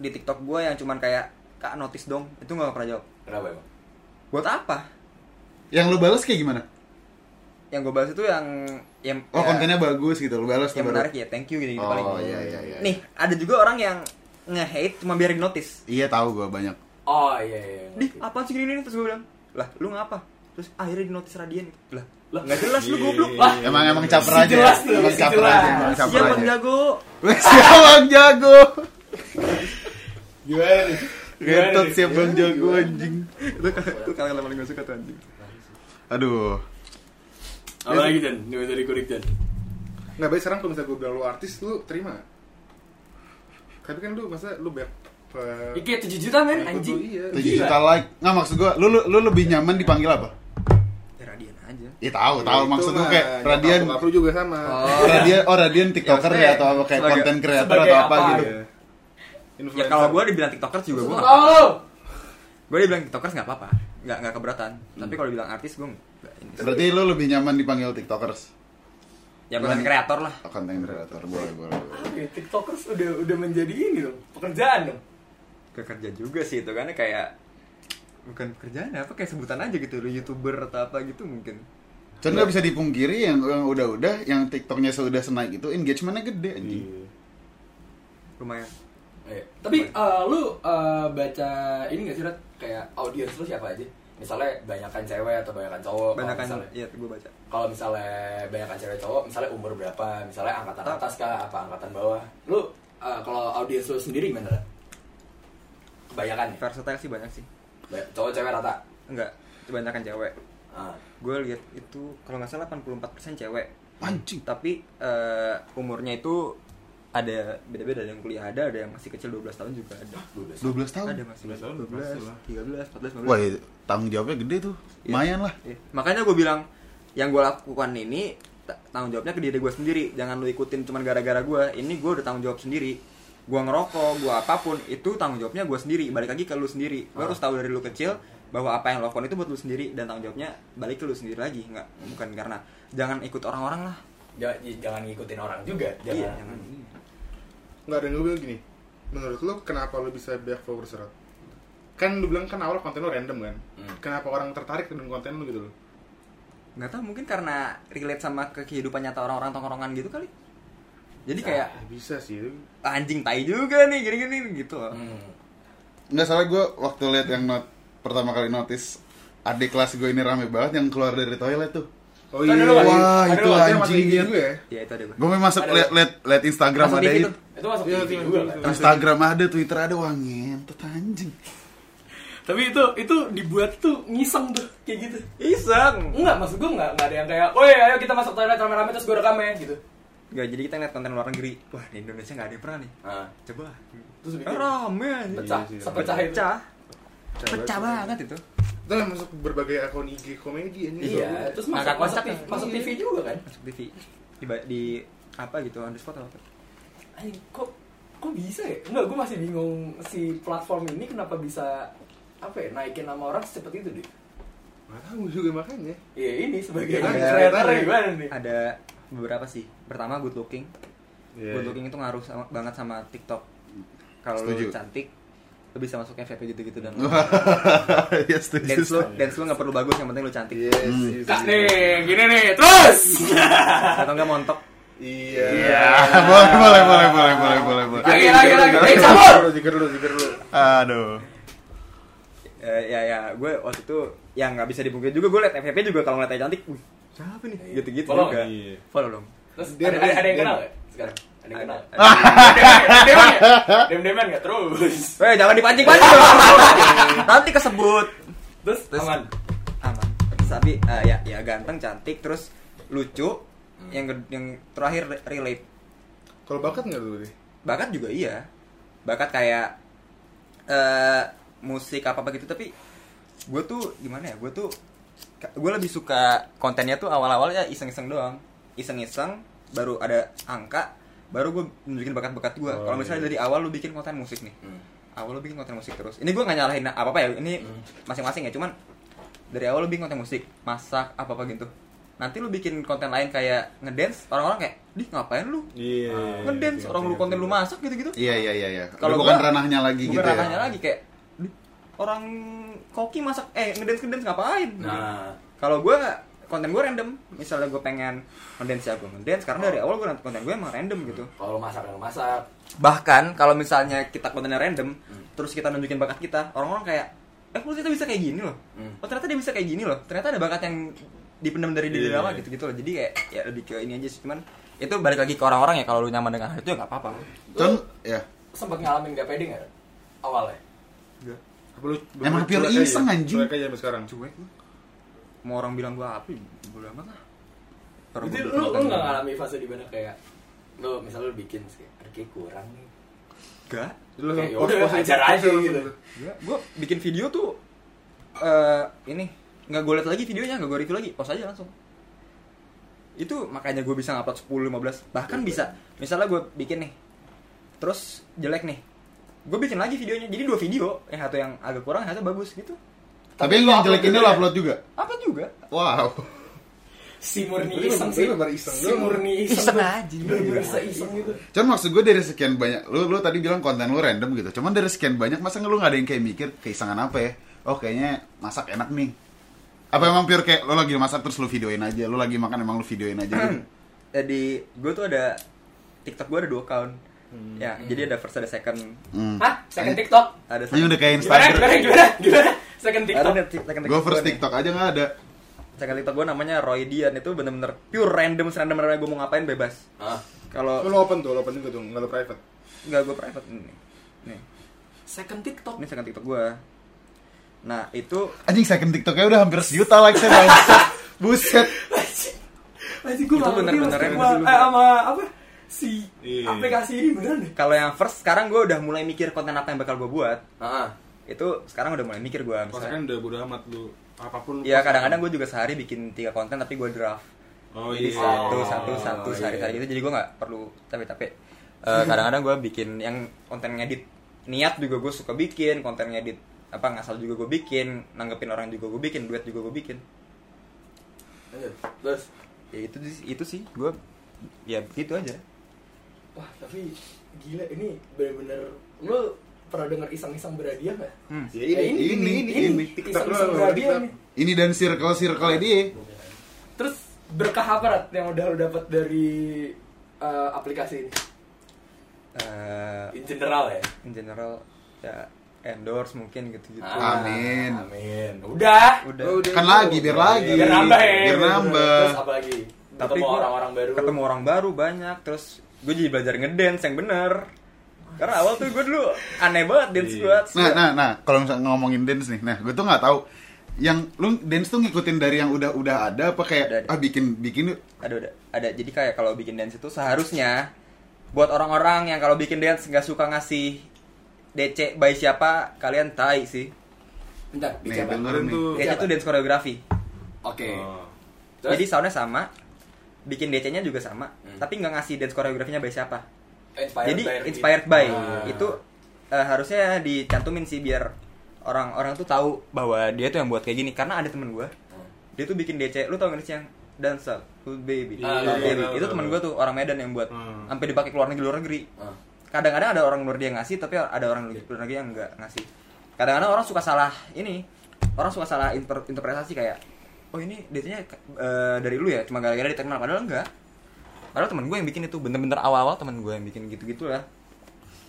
Speaker 4: di tiktok gue yang cuman kayak kak notice dong itu nggak pernah jawab
Speaker 1: Kenapa emang?
Speaker 4: buat apa
Speaker 3: Yang lu balas kayak gimana?
Speaker 4: yang gue bahas itu yang yang
Speaker 3: Oh,
Speaker 4: ya,
Speaker 3: kontennya bagus gitu, lu balas tuh
Speaker 4: yang
Speaker 3: baru.
Speaker 4: menarik ya thank you gitu, gitu
Speaker 3: Oh,
Speaker 4: paling
Speaker 3: iya, iya, iya.
Speaker 4: nih ada juga orang yang nge-hate cuma biar di notice
Speaker 3: Iya, tahu gua banyak.
Speaker 1: Oh iya iya. iya.
Speaker 4: Dih, apa sih gini, gini? Terus gue bilang, lah lu ngapa? Terus akhirnya di notis Radian Lah,
Speaker 1: Lah.
Speaker 4: nggak jelas lu
Speaker 5: Iya.
Speaker 4: goblok
Speaker 5: Lah.
Speaker 3: Emang emang caper aja. ya?
Speaker 1: jelas tuh,
Speaker 3: Emang
Speaker 1: si
Speaker 3: caper
Speaker 1: jelas.
Speaker 3: aja, emang caper
Speaker 4: Siapa yang
Speaker 3: aja.
Speaker 4: jago?
Speaker 3: [laughs] Wes, Siapa bang jago?
Speaker 5: Gimana nih?
Speaker 1: Gimana
Speaker 3: Gentot
Speaker 1: nih?
Speaker 3: siap bang jago anjing.
Speaker 4: Itu kalian paling gak suka tuh anjing
Speaker 3: Aduh.
Speaker 1: Apa lagi Jan? Nih dari kurik Jan.
Speaker 5: Nggak baik sekarang kalau misalnya gue bilang lu artis, lu terima? Tapi kan lu masa lu banyak pe-
Speaker 1: Ih, Kayak 7 juta men
Speaker 5: pengikut lu,
Speaker 1: anjing.
Speaker 5: Iya.
Speaker 3: 7 juta like. Nggak maksud gua, lu, lu lu lebih nyaman dipanggil apa?
Speaker 4: Ya Radian aja
Speaker 3: Ya tahu, tahu
Speaker 5: Itu
Speaker 3: maksud gua
Speaker 5: mah
Speaker 3: kayak Radian
Speaker 5: nyokap lu juga sama.
Speaker 3: Radian oh Radian TikToker
Speaker 4: Ya,
Speaker 3: ya atau apa kayak
Speaker 4: sebagai-
Speaker 3: konten creator
Speaker 1: sebagai
Speaker 3: atau apa
Speaker 1: apa,
Speaker 3: gitu.
Speaker 5: Iya.
Speaker 4: Ya
Speaker 5: Influencer.
Speaker 4: kalau gue dibilang tiktokers juga gue
Speaker 1: Oh, lu!
Speaker 4: Gue dibilang tiktokers gak apa-apa Gak, nggak keberatan Tapi kalau dibilang artis gue nggak ini sih.
Speaker 3: Berarti lu lebih nyaman dipanggil TikTokers.
Speaker 4: Ya konten kreator lah
Speaker 3: Oh, Konten creator boleh boleh. boleh.
Speaker 1: Oke, Ya, TikTokers udah udah menjadi ini dong, pekerjaan dong.
Speaker 4: Kekerja juga sih itu karena kayak Bukan pekerjaan apa kayak sebutan aja gitu Lu youtuber atau apa gitu mungkin
Speaker 3: Cuman nggak bisa dipungkiri yang yang udah-udah yang TikToknya sudah senaik itu engagementnya gede anjing.
Speaker 5: Iya.
Speaker 4: Lumayan
Speaker 1: Tapi eh, lu eh, baca ini gak sih Rat? Kayak audiens lu siapa aja? misalnya banyakkan cewek atau banyakkan cowok kalau
Speaker 4: Banyakan,
Speaker 1: misalnya-
Speaker 4: iya gue baca.
Speaker 1: kalau misalnya banyakkan cewek cowok misalnya umur berapa misalnya angkatan atas kah apa angkatan bawah lu eh, kalau audiens lu sendiri gimana lah kebanyakan ya
Speaker 4: Versatile sih banyak sih.
Speaker 1: Ba- cowok cewek rata
Speaker 4: Enggak, kebanyakan cewek.
Speaker 1: Ah.
Speaker 4: Gue lihat itu kalau nggak salah 84% cewek.
Speaker 3: Anjing.
Speaker 4: Tapi eh, umurnya itu ada beda-beda ada yang kuliah ada, ada yang masih kecil 12 tahun juga ada.
Speaker 3: 12 tahun.
Speaker 4: Ada masih
Speaker 2: 12 tahun
Speaker 4: 13, 14, 15.
Speaker 3: Wah, ya, tanggung jawabnya gede tuh.
Speaker 4: Iya.
Speaker 3: Lumayan lah.
Speaker 4: Iya. Makanya gue bilang yang gue lakukan ini ta- tanggung jawabnya ke diri gue sendiri. Jangan lu ikutin cuman gara-gara gue. Ini gue udah tanggung jawab sendiri. Gue ngerokok, gue apapun itu tanggung jawabnya gue sendiri. Balik lagi ke lu sendiri. Lu harus tahu dari lu kecil bahwa apa yang lo lakukan itu buat lu sendiri dan tanggung jawabnya balik ke lu sendiri lagi. Nggak bukan karena jangan ikut orang-orang lah.
Speaker 1: Ja- j- jangan ngikutin orang juga jangan,
Speaker 4: Iya, jangan.
Speaker 5: nggak ada yang lu bilang gini menurut lu kenapa lu bisa banyak followers Rod? kan lu bilang kan awal konten lu random kan
Speaker 1: Hmm.
Speaker 5: kenapa orang tertarik dengan konten lu gitu loh
Speaker 4: Nggak tahu mungkin karena relate sama ke kehidupan nyata orang-orang tongkrongan gitu kali. Jadi kayak
Speaker 5: Ah, bisa sih itu
Speaker 4: anjing tai juga nih gini-gini gitu. loh.
Speaker 1: Hmm.
Speaker 3: Nggak salah gue waktu lihat yang not- pertama kali notice adik kelas gue ini rame banget yang keluar dari toilet tuh.
Speaker 5: oh
Speaker 1: Kan ada lu-
Speaker 3: Wah,
Speaker 1: ada
Speaker 3: itu
Speaker 1: lu- ada
Speaker 5: yang masuk
Speaker 3: anjing.
Speaker 5: IG juga ya
Speaker 4: Ya itu ada gue.
Speaker 3: Gue masuk
Speaker 1: Ada-
Speaker 3: liat liat liat Instagram
Speaker 4: Masuk
Speaker 3: ada
Speaker 4: dikit
Speaker 3: itu.
Speaker 4: tuh.
Speaker 1: itu masuk TV
Speaker 5: Iya, iya,
Speaker 1: juga
Speaker 5: iya,
Speaker 1: kan?
Speaker 5: iya.
Speaker 3: Instagram ada, Twitter ada, wah ngentot [laughs] anjing.
Speaker 1: tapi itu itu dibuat tuh ngiseng tuh kayak gitu
Speaker 4: Iseng.
Speaker 1: enggak maksud gue enggak enggak ada yang kayak woi ayo kita masuk toilet rame-rame terus gue rekamnya gitu
Speaker 4: Gak, jadi kita ngeliat konten luar negeri Wah, di Indonesia gak ada yang pernah nih
Speaker 1: Ah.
Speaker 4: Coba Ya,
Speaker 1: terus bikin
Speaker 4: Rame aja
Speaker 1: pecah
Speaker 5: Iya sih,
Speaker 1: sepecah itu
Speaker 4: Pecah Pecah banget itu
Speaker 5: itu yang masuk berbagai akun IG komedi anjing
Speaker 1: iya terus masuk
Speaker 4: Ngakak
Speaker 1: masuk,
Speaker 4: kocak
Speaker 1: TV,
Speaker 4: ya.
Speaker 1: masuk TV juga kan
Speaker 4: Masuk TV Di, ba- di apa gitu, on the spot atau apa
Speaker 1: Anjing, kok kok bisa ya? Enggak, gue masih bingung si platform ini kenapa bisa apa ya naikin nama orang secepat itu deh.
Speaker 5: nggak tahu juga makanya
Speaker 1: Ya ini sebagai
Speaker 5: Ada-
Speaker 1: creator ya
Speaker 5: ada-
Speaker 1: gimana nih?
Speaker 4: Ada beberapa sih Pertama good looking
Speaker 5: Iya.
Speaker 4: Good looking itu ngaruh sama, banget sama TikTok Kalau lu
Speaker 3: Setuju.
Speaker 4: cantik Lu bisa masuk FVP gitu-gitu dan
Speaker 3: ya setuju.
Speaker 4: Dance lu, dance lu gak perlu bagus, yang penting lu cantik
Speaker 5: yes, yes,
Speaker 1: Kak
Speaker 5: yes.
Speaker 1: nih, gini nih, terus.
Speaker 4: Atau gak montok
Speaker 5: iya
Speaker 3: Ah, boleh, boleh, boleh, boleh, boleh, boleh, boleh.
Speaker 1: Lagi lagi lagi, eh
Speaker 5: Zikir
Speaker 1: cabut.
Speaker 5: dulu, zikir dulu, zikir dulu.
Speaker 3: Aduh.
Speaker 4: Eh, ya ya gue waktu itu yang nggak bisa dipungkiri juga gue liat FVP juga kalau ngeliat yang cantik wih siapa nih
Speaker 1: Iya.
Speaker 4: gitu gitu
Speaker 1: Follow
Speaker 4: juga
Speaker 2: nggak? Iya.
Speaker 4: follow dong
Speaker 1: Terus
Speaker 5: Dem,
Speaker 1: ada, ada, ada yang
Speaker 5: dem.
Speaker 1: kenal nggak sekarang? Ada yang
Speaker 4: Ada.
Speaker 1: kenal? Dem-deman ya? Dem-deman ya? Terus.
Speaker 4: eh jangan dipancing pancing
Speaker 1: [laughs]
Speaker 4: dong nanti kesebut
Speaker 1: Terus
Speaker 4: Terus-
Speaker 1: aman.
Speaker 4: aman tapi eh, ya ya ganteng cantik terus lucu
Speaker 1: Hmm.
Speaker 4: yang ke- yang terakhir re- relate
Speaker 5: Kalau bakat nggak tuh deh?
Speaker 4: bakat juga iya bakat kayak eh musik apa apa gitu tapi gue tuh gimana ya gue tuh gue lebih suka kontennya tuh awal-awalnya iseng-iseng doang iseng-iseng baru ada angka baru gue nunjukin bakat-bakat gue kalau misalnya dari awal lu bikin konten musik nih awal lu bikin konten musik terus ini gue nggak nyalahin apa apa ya ini masing-masing ya cuman dari awal lu bikin konten musik masak apa apa gitu nanti lu bikin konten lain kayak ngedance orang-orang kayak di ngapain lu
Speaker 2: Iya.
Speaker 5: Ah,
Speaker 4: ngedance Kan orang lu konten lu masak gitu-gitu
Speaker 3: Iya, iya, iya, iya.
Speaker 4: Kalau
Speaker 3: Kalau bukan
Speaker 4: gua-
Speaker 3: ranahnya lagi gitu
Speaker 4: bukan
Speaker 3: ya.
Speaker 4: ranahnya lagi kayak "Duh, orang koki masak eh ngedance ngedance ngapain Gitu.
Speaker 1: Nah,
Speaker 4: kalau gue konten gue random misalnya gue pengen ngedance ya gue ngedance karena dari awal gue konten gue emang random gitu
Speaker 1: kalau masak yang masak.
Speaker 4: bahkan kalau misalnya kita kontennya random terus kita nunjukin bakat kita orang-orang kayak eh kok ternyata bisa kayak gini loh
Speaker 1: Hmm.
Speaker 4: oh ternyata dia bisa kayak gini loh ternyata ada bakat yang dipendam dari diri
Speaker 2: Iya.
Speaker 4: lama gitu gitu loh jadi kayak ya lebih ke ini aja sih cuman itu balik lagi ke orang-orang ya kalau lu nyaman dengan hal itu ya nggak apa-apa
Speaker 3: Con, ya.
Speaker 1: Sempet ngalamin gak pede nggak? Awalnya.
Speaker 5: Apa lu- lu-
Speaker 3: Emang
Speaker 5: lu
Speaker 3: pure
Speaker 5: cuek aja?
Speaker 3: iseng, anjing.
Speaker 5: Cuek aja sampai sekarang.
Speaker 4: cuek lu mau orang bilang gua apa ya bodo amat lah Orang
Speaker 1: Jadi
Speaker 4: gua
Speaker 1: lu lu
Speaker 4: bilang
Speaker 1: nggak
Speaker 4: gua-
Speaker 1: ngalami fase di mana kayak lu misalnya lu bikin kayak ada kayak kurang nih.
Speaker 4: enggak
Speaker 5: Lu langsung
Speaker 1: Ya
Speaker 5: post-
Speaker 1: udah,
Speaker 5: post-
Speaker 1: ajar
Speaker 5: post-
Speaker 1: aja
Speaker 5: post-
Speaker 1: gitu.
Speaker 5: post-
Speaker 4: Enggak, gua bikin video tuh eh ini nggak gue lihat lagi videonya nggak gue review lagi post aja langsung itu makanya gue bisa ngupload 10 15 bahkan bisa misalnya gue bikin nih terus jelek nih gue bikin lagi videonya jadi dua video yang satu yang agak kurang yang satu bagus gitu
Speaker 3: Tapi yang yang jelek ini lo upload juga.
Speaker 4: apa juga [clears throat]
Speaker 3: Wow.
Speaker 1: Si murni
Speaker 5: Lu- lu-
Speaker 1: iseng
Speaker 5: lu
Speaker 1: sih.
Speaker 5: baru iseng
Speaker 1: Si
Speaker 5: doang.
Speaker 1: murni iseng.
Speaker 4: Iseng aja.
Speaker 1: Bener-bener iseng gitu.
Speaker 3: Cuman maksud gue dari sekian banyak, lu, lu tadi bilang konten lu random gitu. Cuman dari sekian banyak, masa lu nggak ada yang kayak mikir keisengan apa ya? Oh kayaknya masak enak nih. Apa emang pure kayak lu lagi masak terus lu videoin aja, lu lagi makan emang lu videoin aja
Speaker 4: Hmm.
Speaker 3: gitu.
Speaker 4: jadi gue tuh ada TikTok gue ada dua account ya jadi ada first ada second
Speaker 3: Hmm.
Speaker 1: Hah? Second TikTok?
Speaker 4: ada
Speaker 3: Ini udah kayak
Speaker 1: Gimana?
Speaker 3: Instagram.
Speaker 1: Gimana? Gimana? Gimana? Second
Speaker 4: Baru
Speaker 1: TikTok.
Speaker 4: deh, second
Speaker 3: Gue first
Speaker 4: gua nih.
Speaker 3: TikTok aja nggak ada.
Speaker 4: Second TikTok gue namanya Roy Dian itu bener-bener pure random, random random gue mau ngapain bebas.
Speaker 1: Ah.
Speaker 4: Kalau
Speaker 5: Lu open tuh, lu open juga tuh, nggak lu private.
Speaker 4: nggak gue private nih. Nih,
Speaker 1: Second TikTok.
Speaker 4: ini second TikTok gue. Nah itu
Speaker 3: Anjing second TikToknya udah hampir sejuta likes nya bangsat. Buset.
Speaker 1: Masih gue
Speaker 4: Itu
Speaker 1: nggak ngerti
Speaker 4: bener-bener
Speaker 1: maksud
Speaker 4: yang
Speaker 1: gua,
Speaker 4: masih lu-
Speaker 1: eh, sama apa si
Speaker 5: Iya.
Speaker 1: aplikasi ini beneran deh.
Speaker 4: kalau yang first sekarang gue udah mulai mikir konten apa yang bakal gue buat.
Speaker 1: Heeh.
Speaker 4: Itu sekarang udah mulai mikir gue.
Speaker 5: Kalau kan udah bodo amat lu apapun. lu
Speaker 4: Ya
Speaker 5: post.
Speaker 4: kadang-kadang gue juga sehari bikin tiga konten tapi gue draft.
Speaker 5: Oh
Speaker 4: jadi
Speaker 5: iya.
Speaker 4: satu
Speaker 1: Oh,
Speaker 4: satu satu
Speaker 1: iya.
Speaker 4: sehari-hari gitu jadi gue nggak perlu capek-capek Eh, kadang-kadang gue bikin yang konten ngedit niat juga gue suka bikin konten ngedit apa ngasal juga gue bikin nanggepin orang juga gue bikin duet juga gue bikin
Speaker 1: Lanjut. Terus
Speaker 4: ya itu itu sih gue ya begitu aja
Speaker 1: wah tapi gila ini bener-bener lu pernah denger iseng-iseng berhadiah nggak? Eh,
Speaker 5: Ya, ini, ini, ini, ini, TikTok lu.
Speaker 1: iseng-iseng berhadiah
Speaker 5: TikTok.
Speaker 1: nih.
Speaker 3: Ini dan circle circle dia.
Speaker 1: Terus berkah apa Rat, yang udah lu dapat dari eh, aplikasi ini?
Speaker 4: Eh,
Speaker 1: In general ya.
Speaker 4: in general ya endorse mungkin gitu gitu
Speaker 1: Ah,
Speaker 3: Amin.
Speaker 1: Amin. Udah.
Speaker 4: udah
Speaker 5: Oh, udah.
Speaker 3: Kan lagi biar lagi.
Speaker 1: Biar nambah ya.
Speaker 3: Biar nambah.
Speaker 1: Terus apa lagi? Ketemu
Speaker 4: gua
Speaker 1: orang-orang baru.
Speaker 4: ketemu orang baru banyak terus gue jadi belajar ngedance yang bener karena awal tuh gue dulu aneh banget dance
Speaker 5: Iya.
Speaker 4: gue
Speaker 3: Nah, nah, nah, kalau misalnya ngomongin dance nih, nah, gue tuh nggak tahu yang lu dance tuh ngikutin dari yang udah-udah ada apa kayak
Speaker 4: Udah ada.
Speaker 3: ah bikin bikin yuk.
Speaker 4: ada ada ada jadi kayak kalau bikin dance itu seharusnya buat orang-orang yang kalau bikin dance nggak suka ngasih DC by siapa kalian tai sih
Speaker 1: Bentar,
Speaker 3: nih
Speaker 1: bicara.
Speaker 3: dengerin
Speaker 5: Kemarin
Speaker 3: nih.
Speaker 5: tuh.
Speaker 4: DC itu dance koreografi
Speaker 1: Oke.
Speaker 6: Iya.
Speaker 5: Oh.
Speaker 1: Terus? Hmm.
Speaker 4: jadi soundnya sama bikin DC-nya juga sama tapi nggak ngasih dance koreografinya by siapa
Speaker 1: Inspired
Speaker 4: jadi
Speaker 1: by
Speaker 4: inspired by
Speaker 1: Ah.
Speaker 4: itu eh, harusnya dicantumin sih biar orang-orang tuh tahu bahwa dia tuh yang buat kayak gini karena ada temen gue dia tuh bikin DC lu tau gak sih yang dance up, Good baby
Speaker 1: Ah,
Speaker 4: Good
Speaker 1: iya,
Speaker 4: baby
Speaker 5: iya,
Speaker 4: itu
Speaker 5: iya.
Speaker 4: temen gue tuh orang Medan yang buat
Speaker 5: Hmm.
Speaker 4: sampai dipakai ke luar negeri luar negeri
Speaker 1: Ah.
Speaker 4: kadang-kadang ada orang luar dia yang ngasih tapi ada orang luar negeri yang nggak ngasih kadang-kadang orang suka salah ini orang suka salah inter- interpretasi kayak oh ini DC-nya eh, dari lu ya cuma gara-gara dikenal padahal enggak padahal temen gue yang bikin itu bener-bener awal-awal temen gue yang bikin gitu-gitu lah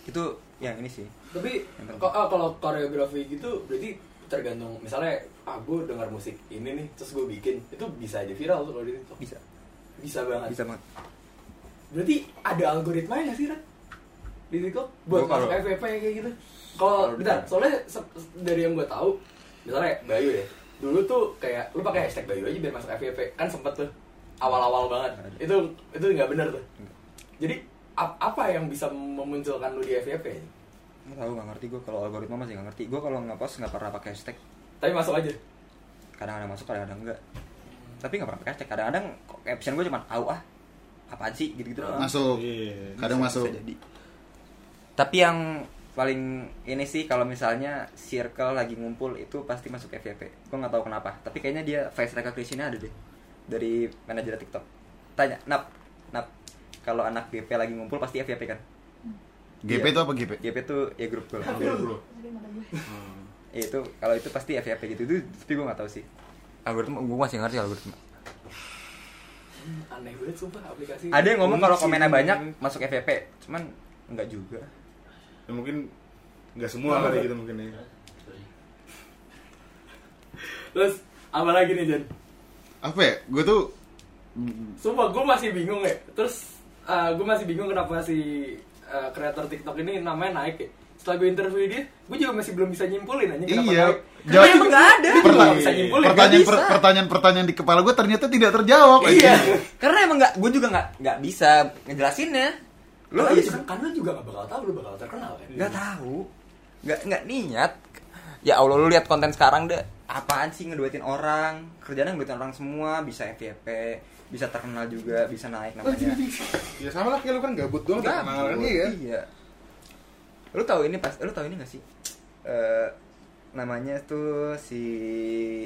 Speaker 4: itu yang ini sih
Speaker 1: Tapi ko- ah, kalau koreografi gitu berarti tergantung misalnya ah gue dengar musik ini nih terus gue bikin itu bisa aja viral tuh kalau di TikTok.
Speaker 4: bisa
Speaker 1: Bisa banget.
Speaker 4: bisa banget
Speaker 1: Berarti ada algoritmanya nggak sih Rat? Di TikTok buat
Speaker 4: Gua kalau-
Speaker 1: masuk FVP kayak gitu. Kalau
Speaker 4: Kalau
Speaker 1: bentar,
Speaker 4: di-
Speaker 1: soalnya se- se- dari yang gue tahu misalnya Bayu ya. Dulu tuh kayak lu pakai hashtag Bayu aja biar masuk FVP kan sempet tuh awal-awal banget.
Speaker 4: Nah, iya.
Speaker 1: Itu itu nggak benar tuh. Jadi ap- apa yang bisa memunculkan lu di FVP?
Speaker 4: nggak tahu nggak ngerti gue kalau algoritma masih nggak ngerti gue kalau nggak post nggak pernah pakai hashtag
Speaker 1: Tapi masuk aja.
Speaker 4: kadang-kadang masuk kadang-kadang enggak tapi nggak pernah pakai hashtag kadang-kadang kok caption gue cuma au ah apaan sih gitu-gitu doang.
Speaker 3: masuk.
Speaker 5: Iya.
Speaker 3: Kadang
Speaker 4: Bisa-
Speaker 3: masuk.
Speaker 4: bisa jadi. tapi yang paling ini sih kalau misalnya circle lagi ngumpul itu pasti masuk FYP gue nggak tahu kenapa tapi kayaknya dia face recognition-nya ada deh dari manajer TikTok tanya nap nap kalau anak GP lagi ngumpul pasti FYP kan
Speaker 3: GP
Speaker 4: Iya.
Speaker 3: itu apa GP?
Speaker 4: GP tuh ya grup gue
Speaker 5: Bro.
Speaker 4: Ya, itu kalau itu pasti FYP gitu itu tapi gue nggak tahu sih algoritma gue masih ngerti algoritma
Speaker 1: aneh banget sumpah aplikasi
Speaker 4: ada yang ngomong kalau komennya
Speaker 5: Sih.
Speaker 4: banyak masuk FYP cuman nggak juga
Speaker 5: Ya, mungkin nggak semua kali gitu mungkin ya.
Speaker 1: terus apa lagi nih Jen
Speaker 3: Apa ya? Gue tuh
Speaker 1: sumpah gue masih bingung ya terus eh, gue masih bingung kenapa si eh, kreator TikTok ini namanya naik ya setelah gue interview dia gue juga masih belum bisa nyimpulin aja kenapa
Speaker 3: Iya.
Speaker 1: naik
Speaker 3: Jawab-
Speaker 1: Kenapa emang nggak ada gue
Speaker 3: Pertanyaan-
Speaker 1: nggak bisa nyimpulin
Speaker 3: pertanyaan
Speaker 1: Nggak
Speaker 3: per-
Speaker 1: bisa.
Speaker 3: pertanyaan-pertanyaan di kepala gue ternyata tidak terjawab.
Speaker 1: iya
Speaker 3: anjing.
Speaker 4: Karena emang nggak, gue juga nggak nggak bisa ngejelasinnya. Lu
Speaker 1: lo
Speaker 4: abis
Speaker 1: kan karena lu juga gak bakal tahu lu bakal terkenal kan
Speaker 4: nggak tahu, nggak nggak niat. Ya Allah lu lihat konten sekarang deh, apaan sih ngeduetin orang? Kerjanya ngeduetin orang semua, bisa FYP, bisa terkenal juga, bisa naik namanya.
Speaker 5: Ya sama lah kayak lu kan gabut doang
Speaker 4: Gabut,
Speaker 5: Oh, terkenal kan iya.
Speaker 4: Iya. Lu tahu ini pas, lu tahu ini nggak sih? Eh namanya tuh si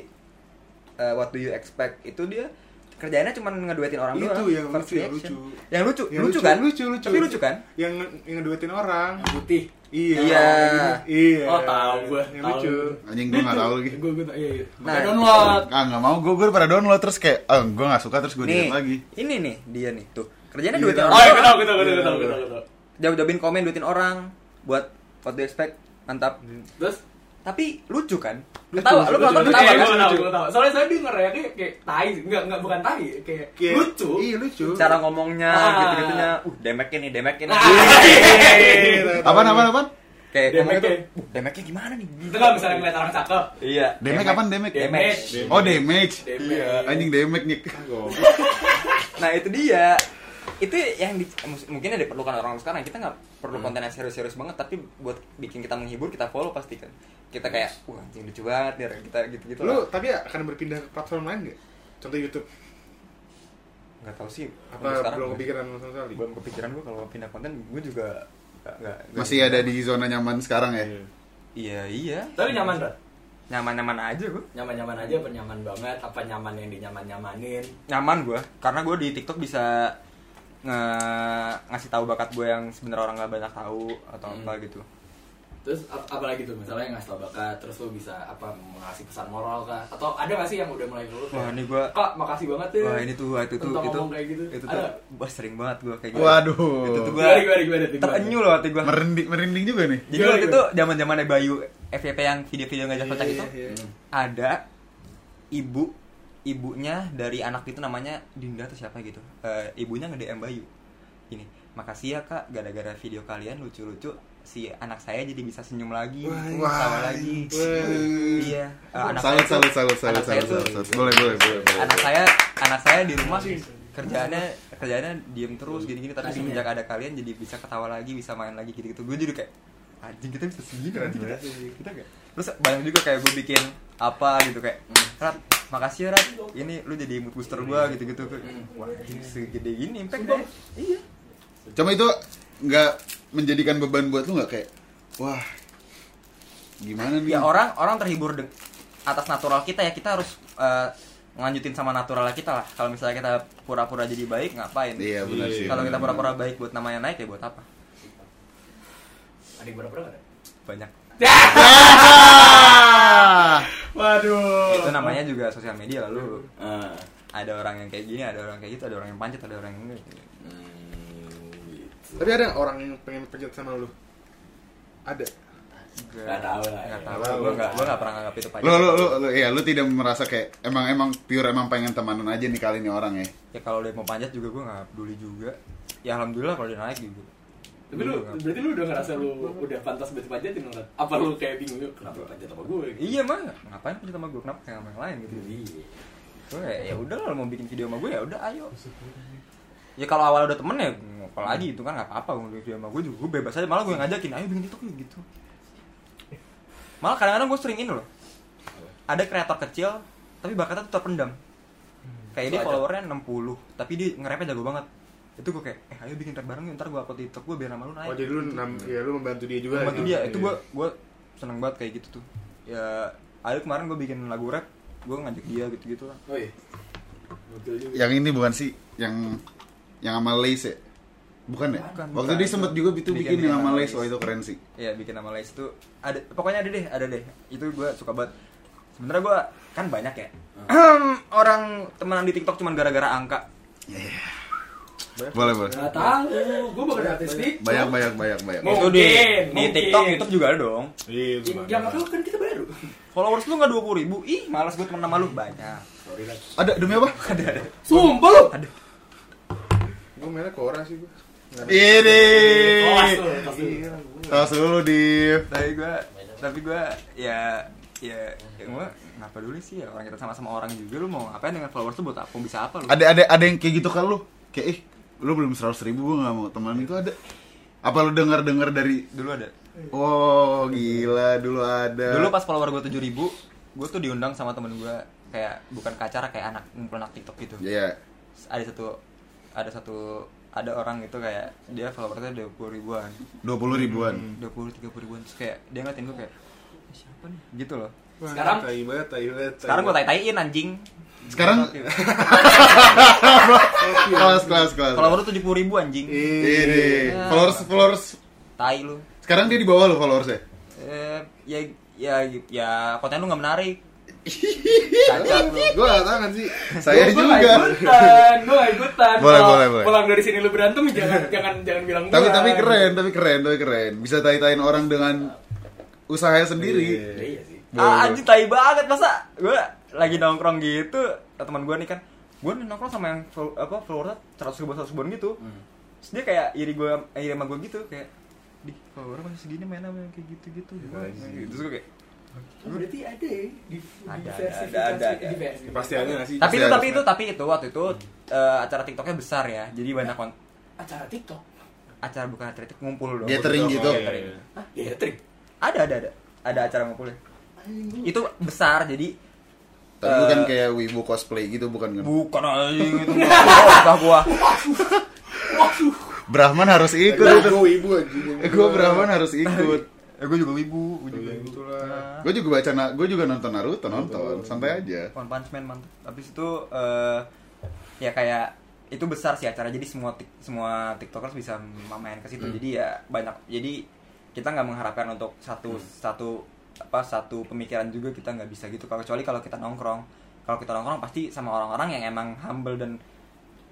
Speaker 4: eh, What Do You Expect itu dia kerjanya cuma ngeduetin orang
Speaker 5: Itu
Speaker 4: doang.
Speaker 5: yang
Speaker 4: first
Speaker 5: lucu,
Speaker 4: reaction.
Speaker 5: yang lucu.
Speaker 4: Yang lucu,
Speaker 5: Yang
Speaker 4: lucu, kan?
Speaker 5: Lucu, lucu.
Speaker 4: Tapi lucu kan?
Speaker 5: Yang nge- yang ngeduetin orang.
Speaker 1: putih
Speaker 5: Iya.
Speaker 4: Iya.
Speaker 5: Iya.
Speaker 1: Oh, tahu gua.
Speaker 5: Yang
Speaker 1: Tahu.
Speaker 5: lucu.
Speaker 3: Anjing gue gak tahu lagi.
Speaker 1: gue gue iya iya
Speaker 4: Nah,
Speaker 1: nah, download
Speaker 3: Ah nggak mau gue gue pada download terus kayak ah gue nggak suka terus gue
Speaker 4: nih,
Speaker 3: delete lagi.
Speaker 4: ini nih dia nih tuh kerjanya
Speaker 5: Iya,
Speaker 4: duitin
Speaker 5: tahu.
Speaker 1: oh iya
Speaker 4: orang
Speaker 1: gue tau gue tau gue tau gue tau
Speaker 4: jauh jauhin komen duitin orang buat what do you expect mantap
Speaker 1: terus
Speaker 4: tapi lucu kan
Speaker 5: Lucu,
Speaker 4: ketawa lu
Speaker 5: lucu,
Speaker 4: nonton
Speaker 5: lucu.
Speaker 1: Iya,
Speaker 4: ketawa
Speaker 5: Hmm. Eh,
Speaker 4: kan?
Speaker 1: gue tau, gue tau. Soalnya saya dia ngereaknya kayak tai, enggak enggak bukan tai, kayak
Speaker 5: Kayak-
Speaker 1: lucu.
Speaker 5: Iya lucu. Ah.
Speaker 4: cara ngomongnya
Speaker 1: Ah.
Speaker 4: gitu gitunya uh demekin nih demekin nih. Iya.
Speaker 5: iya,
Speaker 3: Apaan, apaan, apaan?
Speaker 4: kayak ngomongnya
Speaker 1: Demekin.
Speaker 4: tuh uh, demeknya gimana nih
Speaker 1: Itu kalau misalnya ngeliat orang cakep,
Speaker 4: iya
Speaker 3: Damage apaan, damage?
Speaker 4: Damage. Iya.
Speaker 3: Oh, damage.
Speaker 1: Damage.
Speaker 3: Anjing damage nih.
Speaker 4: nah itu dia itu yang di- mus- mungkin yang diperlukan orang sekarang kita nggak perlu
Speaker 5: Hmm.
Speaker 4: konten yang serius-serius banget tapi buat bikin kita menghibur kita follow pasti kan kita kayak wah anjing lucu banget dia kita gitu-gitu
Speaker 5: Lu
Speaker 4: lah
Speaker 5: tapi akan berpindah ke platform lain nggak? Contoh YouTube.
Speaker 4: nggak tahu sih
Speaker 5: Apa
Speaker 4: untuk sekarang
Speaker 5: belum
Speaker 4: gue-
Speaker 5: kepikiran sama sekali?
Speaker 4: belum kepikiran gue kalau pindah konten gue juga nggak- nggak nggak-
Speaker 3: Masih ada di zona nyaman sekarang ya?
Speaker 4: iya iya
Speaker 1: tapi nyaman kan?
Speaker 4: nyaman-nyaman aja gue
Speaker 1: Nyaman-nyaman aja, apa nyaman banget, apa nyaman yang dinyaman-nyamanin.
Speaker 4: nyaman gue karena gue di TikTok bisa nge- ngasih tahu bakat gue yang sebenarnya orang nggak banyak tahu atau
Speaker 1: Hmm.
Speaker 4: apa gitu
Speaker 1: Terus ap- apalagi tuh misalnya yang ngasih tau bakat, terus lu bisa apa ngasih pesan moral kah? Atau ada gak sih yang udah mulai ngeluh?
Speaker 4: Wah,
Speaker 1: kayak,
Speaker 4: ini gua-
Speaker 1: Kak, makasih banget ya.
Speaker 4: wah ini tuh itu tuh
Speaker 1: Tentang
Speaker 4: itu
Speaker 1: ngomong kayak gitu.
Speaker 4: itu tuh
Speaker 1: Ada?
Speaker 4: wah sering banget gue kayak gitu
Speaker 3: Waduh.
Speaker 4: itu tuh gue
Speaker 1: Gimana, gimana, gimana, gimana?
Speaker 4: terenyuh loh hati gue
Speaker 3: Merinding, merinding juga nih.
Speaker 4: jadi
Speaker 1: Gimana,
Speaker 4: waktu
Speaker 1: gimana? Iya,
Speaker 4: itu zaman zamannya Bayu FYP yang video-video ngajak kocak itu ada ibu ibunya dari anak itu namanya Dinda atau siapa gitu Eh, ibunya nge DM Bayu ini makasih ya kak gara-gara video kalian lucu-lucu si anak saya jadi bisa senyum lagi ketawa lagi iya Eh, anak
Speaker 3: Salut,
Speaker 4: saya tuh-
Speaker 3: salut, salut, salut,
Speaker 4: anak saya
Speaker 3: salut,
Speaker 4: tuh-
Speaker 3: salut, salut. Boleh, boleh, boleh, boleh.
Speaker 4: anak saya anak saya di rumah kerjaannya kerjaannya diem terus gini gini tapi semenjak ada kalian jadi bisa ketawa lagi bisa main lagi gitu gitu gue jadi kayak anjing kita bisa segini anjing kita Iya, kita gak terus banyak juga kayak gue bikin apa gitu kayak Rat makasih ya Rat ini lu jadi mood booster gue gitu gitu wah anjing segede gini impact deh iya
Speaker 3: Cuma itu nggak menjadikan beban buat lu nggak kayak, wah, gimana nih?
Speaker 4: ya orang orang terhibur deng- atas natural kita ya kita harus eh, ngelanjutin sama natural kita lah kalau misalnya kita pura-pura jadi baik ngapain
Speaker 3: Iya benar sih.
Speaker 4: kalau kita
Speaker 3: benar.
Speaker 4: pura-pura baik buat namanya naik ya buat apa
Speaker 1: Ada yang pura-pura gak ada?
Speaker 3: [laughs]
Speaker 4: banyak
Speaker 3: Ah!
Speaker 1: Waduh.
Speaker 4: itu namanya juga sosial media lalu
Speaker 1: Ah.
Speaker 4: ada orang yang kayak gini ada orang kayak gitu ada orang yang pancet ada orang yang enggak Hmm,
Speaker 5: Tapi ada nggak orang yang pengen pencet sama lu? Ada.
Speaker 1: Nggak tahu lah,
Speaker 4: nggak
Speaker 1: ya.
Speaker 4: tahu
Speaker 5: Nggak
Speaker 4: gue
Speaker 5: tahu.
Speaker 4: nggak gue nggak pernah nganggap itu pancet
Speaker 3: Lu, lu, lu, lu, ya, lu tidak merasa kayak emang emang pure emang pengen temanan aja nih kali ini orang ya.
Speaker 4: ya kalau dia mau panjat juga gue nggak peduli juga ya alhamdulillah kalau dia naik juga
Speaker 1: Tapi lu,
Speaker 4: Dulu nggak.
Speaker 1: berarti lu udah ngerasa lu udah pantas buat dipajatin nggak? Apa lu kayak bingung, "Yuk, kenapa pajat sama gue? gitu?
Speaker 4: iya mah ngapain panjat sama gue kenapa kayak sama yang lain gitu
Speaker 1: Iya.
Speaker 4: gue kayak, ya udah lah, lu mau bikin video sama gue ya udah ayo ya kalau awal udah temen ya apalagi itu kan nggak apa-apa gue bikin video sama gue juga gue bebas aja malah gue yang ngajakin ayo bikin tiktok yuk gitu malah kadang-kadang gue sering ini loh ada kreator kecil tapi bakatnya tuh terpendam
Speaker 5: Hmm.
Speaker 4: kayak dia
Speaker 1: Itu ada.
Speaker 4: followernya 60 tapi dia nge-rapnya jago banget itu gue kayak eh ayo bikin rap bareng yuk, ntar gue upload tiktok gue biar nama lu naik
Speaker 5: Oh jadi lu nam- ya lu membantu dia juga.
Speaker 4: Iya. membantu
Speaker 5: gitu.
Speaker 4: dia itu gue gue seneng banget kayak gitu tuh ya ayo kemarin gue bikin lagu rap gue ngajak dia gitu gitu lah
Speaker 1: Oh iya. Betul juga.
Speaker 3: Yang ini bukan sih, yang yang sama Lace ya? Bukan ya?
Speaker 4: Bukan,
Speaker 3: Waktu
Speaker 4: bukan.
Speaker 3: dia sempet juga itu
Speaker 4: Bikin-
Speaker 3: bikin,
Speaker 4: bikin
Speaker 3: yang sama
Speaker 4: sama
Speaker 3: Lace,
Speaker 4: Lace.
Speaker 3: wah itu keren sih.
Speaker 4: Iya bikin nama Lays itu ada pokoknya ada deh, ada deh. Itu gue suka banget. Sebenarnya gue kan banyak ya. Orang temenan di TikTok cuman gara-gara angka.
Speaker 3: Boleh, boleh.
Speaker 1: Nggak tahu, gue bukan artis nih.
Speaker 3: Banyak, banyak, banyak, banyak.
Speaker 1: Mau-
Speaker 4: Ya itu di,
Speaker 1: Mungkin,
Speaker 4: di
Speaker 1: mungkin.
Speaker 4: TikTok YouTube juga ada dong.
Speaker 2: Iya, itu
Speaker 1: Yang
Speaker 2: banyak.
Speaker 1: tahu kan kita baru.
Speaker 4: Followers lu nggak dua puluh ribu? Ih malas gue temen sama lu banyak. [laughs]
Speaker 1: Sorry lah.
Speaker 3: Ada demi apa?
Speaker 1: Sumpah lu.
Speaker 5: Gue mainnya Quora sih gue.
Speaker 4: Iya.
Speaker 3: Ini.
Speaker 1: Kelas tuh, kelas tuh.
Speaker 3: Tahu dulu di
Speaker 4: Tapi gue tapi gue ya ya, ya gue nggak peduli sih ya orang kita sama-sama orang juga lu mau ngapain dengan followers lu buat apa? Mau bisa apa lu?
Speaker 3: ada ada ada yang kayak gitu kan lu kayak ih lu belum seratus ribu gue nggak mau teman itu ada apa lu dengar dengar dari
Speaker 4: Dulu ada.
Speaker 3: oh gila dulu ada
Speaker 4: Dulu pas follower gue tujuh ribu, gue tuh diundang sama temen gue kayak bukan ke acara kayak anak ngumpul anak TikTok gitu.
Speaker 3: Iya.
Speaker 4: ada satu ada satu ada orang gitu kayak dia followersnya dua puluh ribuan
Speaker 3: dua puluh ribuan
Speaker 4: dua puluh tiga puluh ribuan terus kayak dia ngatin gue kayak "Eh, siapa nih gitu loh
Speaker 1: Sekarang-
Speaker 5: tai banget, tai banget. tai
Speaker 4: sekarang gue
Speaker 5: banget.
Speaker 4: tai taiin anjing Gitu.
Speaker 3: sekarang kelas kelas kelas
Speaker 4: follower tujuh puluh ribu anjing
Speaker 5: Iya.
Speaker 3: ini followers followers
Speaker 4: tai lu
Speaker 3: sekarang dia di bawah lu followersnya
Speaker 4: eh, ya ya ya konten lu nggak menarik
Speaker 5: Cacat lu. Gue gak tau kan sih.
Speaker 3: saya
Speaker 1: Gua nggak
Speaker 3: juga
Speaker 1: ikutan, gue ikutan.
Speaker 3: Boleh,
Speaker 1: Kalau
Speaker 3: boleh, boleh.
Speaker 1: Pulang dari sini lu berantem
Speaker 3: [laughs]
Speaker 1: jangan jangan jangan bilang
Speaker 3: tapi
Speaker 1: gua.
Speaker 3: tapi keren tapi keren tapi keren bisa taitain orang dengan usahanya sendiri.
Speaker 5: Iya.
Speaker 1: Ya, iya sih.
Speaker 4: Ah, anjing tai banget masa gue lagi nongkrong gitu eh, teman gue nih kan gue nongkrong sama yang fol- apa followernya seratus ribuan seratus ribuan gitu Terus dia kayak iri gue iri sama gue gitu kayak di follower masih segini main sama yang kayak gitu gitu gimana?" gitu terus gue kayak
Speaker 1: Oh, Berarti ada ya di
Speaker 4: Ada, ada,
Speaker 1: diversifikasi-
Speaker 4: ada, ada.
Speaker 1: diversifikasi.
Speaker 5: Pasti ada nggak sih?
Speaker 4: tapi itu
Speaker 3: harus
Speaker 4: tapi itu tapi itu waktu itu eh, acara tiktoknya besar ya jadi banyak kon
Speaker 1: acara TikTok.
Speaker 4: acara bukan acara tiktok ngumpul dong
Speaker 3: Gathering gitu.
Speaker 5: Oh, iya, iya.
Speaker 1: Hah, gathering.
Speaker 4: ada ada ada ada acara ngumpulnya itu besar jadi
Speaker 3: Tapi
Speaker 4: Eh,
Speaker 3: bukan kayak wibu cosplay gitu
Speaker 4: Ya.
Speaker 3: bukan kan?
Speaker 4: bukan anjing itu [laughs] udah gua
Speaker 3: Brahman harus ikut itu.
Speaker 5: Gue ibu aja.
Speaker 3: Gue Brahman harus ikut.
Speaker 4: eh, gua juga wibu gua juga gitu
Speaker 5: Iya,
Speaker 4: wibu
Speaker 5: itulah.
Speaker 3: Gue juga baca, gue juga nonton Naruto nonton, santai aja.
Speaker 4: One Punch Man mantap. Habis itu eh, ya kayak itu besar sih acara jadi semua tik- semua tiktokers bisa main ke situ jadi ya banyak jadi kita nggak mengharapkan untuk satu satu apa satu pemikiran juga kita nggak bisa gitu kalau kecuali kalau kita nongkrong kalau kita nongkrong pasti sama orang-orang yang emang humble dan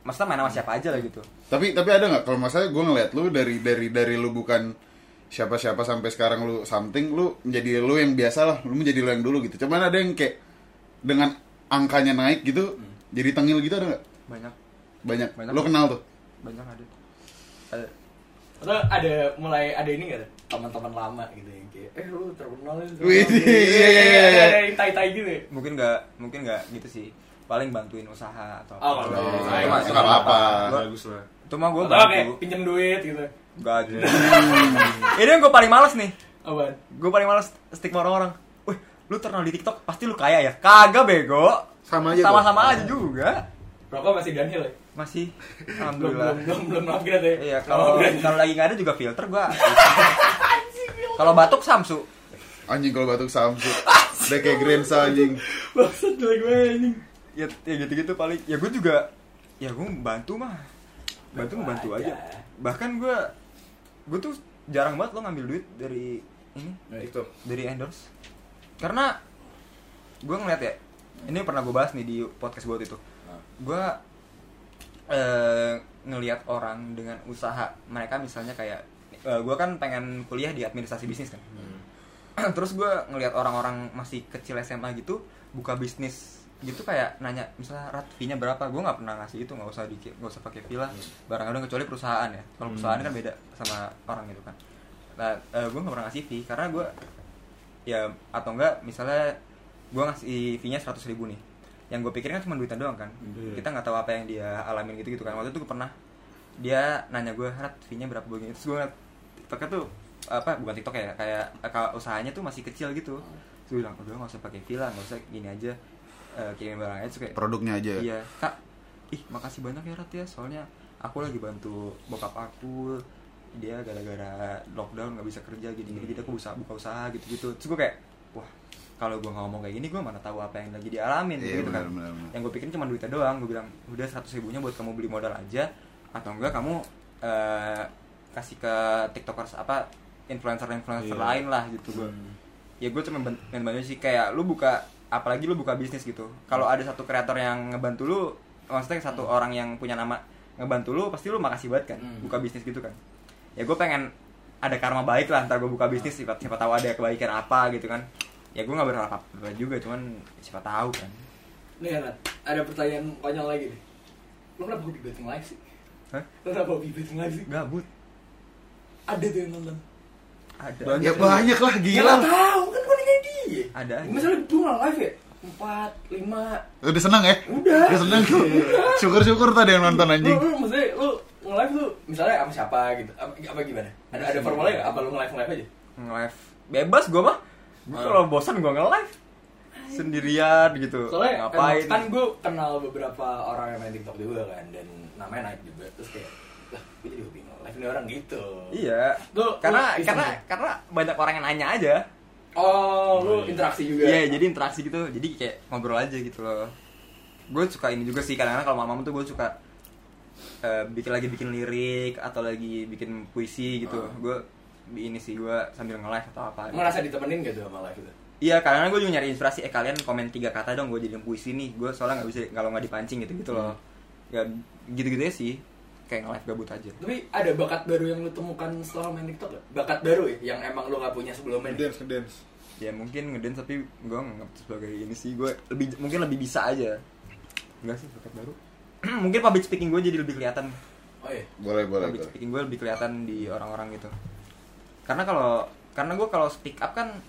Speaker 4: maksudnya main sama siapa aja lah gitu
Speaker 3: Tapi tapi ada nggak kalau masalah gue ngeliat lu dari dari dari lu bukan siapa-siapa sampai sekarang lu something lu menjadi lu yang biasa lah lu menjadi lu yang dulu gitu cuman ada yang kayak dengan angkanya naik gitu jadi tengil gitu ada nggak
Speaker 4: banyak
Speaker 3: banyak,
Speaker 4: Banyak.
Speaker 3: lu kenal tuh
Speaker 4: banyak ada ada
Speaker 1: Atau ada mulai ada ini nggak? Teman-teman lama gitu yang kayak, eh lu terkenal ya. terkenal."
Speaker 3: Wih, iya, iya, iya.
Speaker 1: Ada- Ada yang tai-tai gitu. ya?
Speaker 4: mungkin nggak mungkin nggak gitu sih paling bantuin usaha atau
Speaker 1: Oh,
Speaker 4: apa.
Speaker 1: kalau
Speaker 3: Oh,
Speaker 1: saya
Speaker 3: itu
Speaker 1: masuk
Speaker 3: nggak apa-apa
Speaker 5: Bagus lah.
Speaker 4: cuma gue
Speaker 1: Atau kayak
Speaker 4: bantu
Speaker 1: pinjem duit gitu.
Speaker 4: Gaji. Ini yang gue paling males nih.
Speaker 1: Apaan?
Speaker 4: Gue paling males stigma orang-orang. Wih, lu terkenal di TikTok, pasti lu kaya ya? Kagak bego.
Speaker 5: Sama aja
Speaker 4: Sama-sama aja juga.
Speaker 1: Rokok masih Daniel ya?
Speaker 4: Masih
Speaker 1: Belum
Speaker 4: alhamdulillah.
Speaker 1: belum belum belum upgrade ya.
Speaker 4: Iya,
Speaker 1: Belum
Speaker 4: kalau
Speaker 1: upgrade. [laughs]
Speaker 4: kalau lagi nggak ada juga filter gua. kalau batuk Samsu.
Speaker 3: anjing kalau batuk samsu udah kayak grensa anjing
Speaker 1: Maksud gue gue anjing.
Speaker 4: Ya, ya gitu-gitu paling. Ya gue juga ya gue bantu mah. Bantu bantu
Speaker 1: aja.
Speaker 4: aja. Bahkan gue gue tuh jarang banget lo ngambil duit dari ini
Speaker 1: Ya,
Speaker 5: Itu.
Speaker 4: dari endorse karena gue ngeliat ya ini pernah gue bahas nih di podcast gue waktu itu gue eh, ngeliat orang dengan usaha mereka misalnya kayak gue kan pengen kuliah di administrasi bisnis kan [clears throat] terus gue ngeliat orang-orang masih kecil SMA gitu buka bisnis gitu kayak nanya misalnya rat fee-nya berapa gue nggak pernah ngasih itu nggak usah di nggak usah pakai fee lah barang ada kecuali perusahaan ya kalau perusahaan kan beda sama orang gitu kan nah gue nggak pernah ngasih fee karena gue ya atau enggak misalnya gue ngasih fee-nya seratus ribu nih yang gue pikirin kan cuma duitan doang kan
Speaker 2: Iya.
Speaker 4: kita nggak tahu apa yang dia alamin gitu gitu kan waktu itu gue pernah dia nanya gue rat fee-nya berapa gue gini." terus gue ngeliat tiktoknya tuh apa bukan tiktok ya kayak eh, kalau usahanya tuh masih kecil gitu terus gue bilang udah nggak usah pakai fee lah nggak usah gini aja Eh, kirimin barang aja terus kayak
Speaker 3: produknya aja
Speaker 4: Iya, Kak. Ih, makasih banyak ya Rat ya. Soalnya aku lagi bantu bokap aku. Dia gara-gara lockdown nggak bisa kerja gini-gini gitu aku bisa buka usaha gitu-gitu. Terus gue kayak, wah, kalau gue ngomong kayak gini gue mana tahu apa yang lagi dialamin
Speaker 3: Iya,
Speaker 4: gitu
Speaker 3: benar,
Speaker 4: kan.
Speaker 3: benar, benar.
Speaker 4: Yang gue pikirin cuma duitnya doang. Gue bilang, udah 100 ribunya buat kamu beli modal aja atau enggak kamu eh, kasih ke TikTokers apa influencer-influencer
Speaker 2: Iya.
Speaker 4: lain lah gitu gue ya gue cuma ben- pengen bantu sih kayak lu buka apalagi lu buka bisnis gitu kalau ada satu kreator yang ngebantu lu maksudnya satu orang yang punya nama ngebantu lu pasti lu makasih banget kan
Speaker 1: Hmm.
Speaker 4: buka bisnis gitu kan ya gue pengen ada karma baik lah ntar gue buka bisnis siapa, siapa tahu ada kebaikan apa gitu kan ya gue nggak berharap apa juga cuman siapa tahu kan
Speaker 1: Nih Rat, ada pertanyaan konyol lagi nih. Lo kenapa gue bibetin live sih?
Speaker 4: Hah?
Speaker 1: Lo kenapa bibetin live sih?
Speaker 4: gabut
Speaker 1: Ada tuh yang nonton.
Speaker 4: ada
Speaker 3: ya banyak lah
Speaker 1: Ya
Speaker 3: gila
Speaker 1: nggak tahu kan gue nanya dia.
Speaker 4: Iya Ada aja.
Speaker 1: Misalnya gue nggak live ya. Empat, lima.
Speaker 3: udah seneng ya
Speaker 1: Udah.
Speaker 3: udah seneng tuh syukur-syukur tadi yang nonton
Speaker 1: Lu,
Speaker 3: anjing
Speaker 1: lu maksudnya lu nge-live tuh misalnya sama siapa gitu. Apa, apa gimana? Ada
Speaker 4: Iya
Speaker 1: ada formulanya nggak? Apa lu nge-live nge-live aja?
Speaker 4: nge-live bebas gue mah gue kalau bosan gue nge-live sendirian gitu
Speaker 1: Soalnya
Speaker 4: ngapain
Speaker 1: emang kan gue kenal beberapa orang yang main TikTok juga kan dan namanya naik juga terus kayak lah gue jadi hobi nge-live nih orang gitu.
Speaker 4: Iya.
Speaker 1: Lu- lu
Speaker 4: karena
Speaker 1: iseng
Speaker 4: karena
Speaker 1: ya?
Speaker 4: karena banyak orang yang nanya aja.
Speaker 1: Oh, lu interaksi juga.
Speaker 4: Iya, jadi interaksi gitu. Jadi kayak ngobrol aja gitu loh. Gue suka ini juga sih kadang-kadang kalau malam tuh gue suka eh, bikin lagi bikin lirik atau lagi bikin puisi gitu. Gue ini sih gue sambil nge-live atau apa.
Speaker 1: ngerasa ditemenin gitu sama live itu.
Speaker 4: Iya, kadang gue juga nyari inspirasi. Eh kalian komen tiga kata dong gue jadiin puisi nih. Gue soalnya nggak bisa kalau nggak dipancing gitu gitu loh. Ya gitu-gitu aja sih. kayak nge-live gabut aja
Speaker 1: Tapi ada bakat baru yang lu temukan setelah main TikTok gak? Bakat baru ya? Yang emang lu gak punya sebelumnya? nih?
Speaker 5: Ngedance, ngedance.
Speaker 4: ya mungkin ngedance tapi gue nganggap itu sebagai ini sih gue lebih mungkin lebih bisa aja enggak sih bakat baru [clears throat] mungkin public speaking gue jadi lebih kelihatan
Speaker 1: Oh iya?
Speaker 3: Boleh, boleh,
Speaker 4: public
Speaker 3: boleh.
Speaker 4: speaking gue lebih kelihatan di orang-orang gitu karena kalau karena gue kalau speak up kan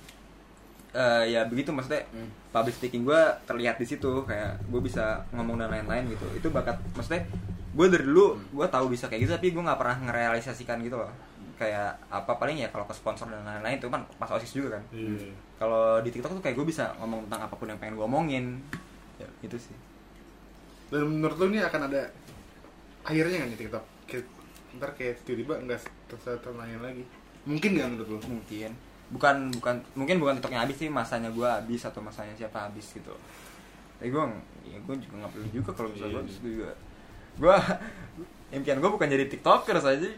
Speaker 4: eh, ya begitu maksudnya
Speaker 1: Hmm.
Speaker 4: public speaking gue terlihat di situ kayak gue bisa ngomong dan lain-lain gitu itu bakat maksudnya gue dari dulu
Speaker 3: Hmm.
Speaker 4: gue tahu bisa kayak gitu tapi gue nggak pernah ngerealisasikan gitu loh kayak apa paling ya kalau ke sponsor dan lain-lain itu kan pas osis juga kan
Speaker 2: Iya.
Speaker 4: kalau di TikTok tuh kayak gue bisa ngomong tentang apapun yang pengen gue omongin ya, itu sih
Speaker 5: Dan menurut lu ini akan ada akhirnya nggak nih TikTok? Kayak, ntar kayak tiba-tiba nggak tertanya lagi. Mungkin nggak menurut lu?
Speaker 4: mungkin bukan bukan mungkin bukan TikToknya habis sih masanya gue habis atau masanya siapa habis gitu tapi gue ya gue juga nggak perlu juga kalau misalnya gue
Speaker 2: Iya.
Speaker 4: habis juga gue [laughs] impian gue bukan jadi tiktoker saja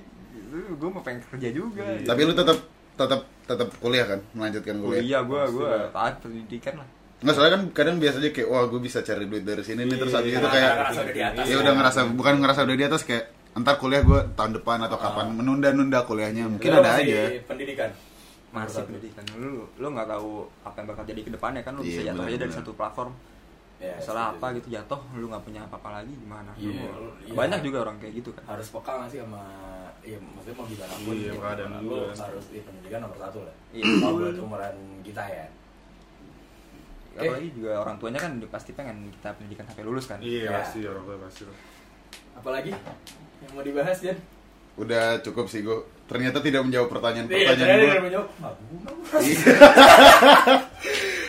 Speaker 4: gue mau pengen kerja juga
Speaker 2: Iya.
Speaker 4: gitu.
Speaker 3: Tapi lu tetap tetap tetap kuliah kan, melanjutkan kuliah.
Speaker 4: kuliah gue gue
Speaker 2: Pasti lah.
Speaker 4: taat pendidikan lah
Speaker 3: Nggak soalnya kan kadang biasanya kayak wah gue bisa cari duit dari sini nih terus
Speaker 2: Iya,
Speaker 3: habis
Speaker 2: iya,
Speaker 3: itu
Speaker 1: Karena
Speaker 3: kayak
Speaker 1: ngerasa udah di atas.
Speaker 3: ya udah ngerasa bukan ngerasa udah di atas kayak entar kuliah gue tahun depan atau kapan menunda-nunda kuliahnya mungkin
Speaker 1: Lu
Speaker 3: ada
Speaker 1: Ah. Iya, masih
Speaker 3: aja.
Speaker 1: pendidikan?
Speaker 4: masih
Speaker 1: Menurut lu?
Speaker 4: pendidikan lu lu nggak tahu apa yang bakal jadi ke depannya kan lu bisa
Speaker 3: Iya,
Speaker 4: jatuh aja dari
Speaker 3: benar-benar.
Speaker 4: satu platform
Speaker 1: Ya,
Speaker 4: misalnya
Speaker 1: setuju.
Speaker 4: apa gitu jatuh lu nggak punya apa-apa lagi gimana Lu
Speaker 1: Iya,
Speaker 4: mau-
Speaker 1: iya.
Speaker 4: banyak juga orang kayak gitu kan
Speaker 1: harus peka nggak sih sama ya maksudnya mau gimana pun
Speaker 2: Iya,
Speaker 1: ya,
Speaker 2: keadaan
Speaker 1: lu
Speaker 2: juga.
Speaker 1: harus ya, pendidikan nomor satu lah
Speaker 4: Iya.
Speaker 1: kalau buat umuran kita ya Oke.
Speaker 5: Eh.
Speaker 4: apalagi juga orang tuanya kan udah pasti pengen kita pendidikan sampai lulus kan
Speaker 2: Iya,
Speaker 1: Ya.
Speaker 2: pasti orang tua pasti lah.
Speaker 1: apalagi yang mau dibahas Jan
Speaker 3: Udah cukup sih gue. Ternyata tidak menjawab
Speaker 1: Iya, ternyata dia
Speaker 3: pertanyaan-pertanyaan gue.
Speaker 1: menjawab "Nggak guna [laughs]
Speaker 3: Iya.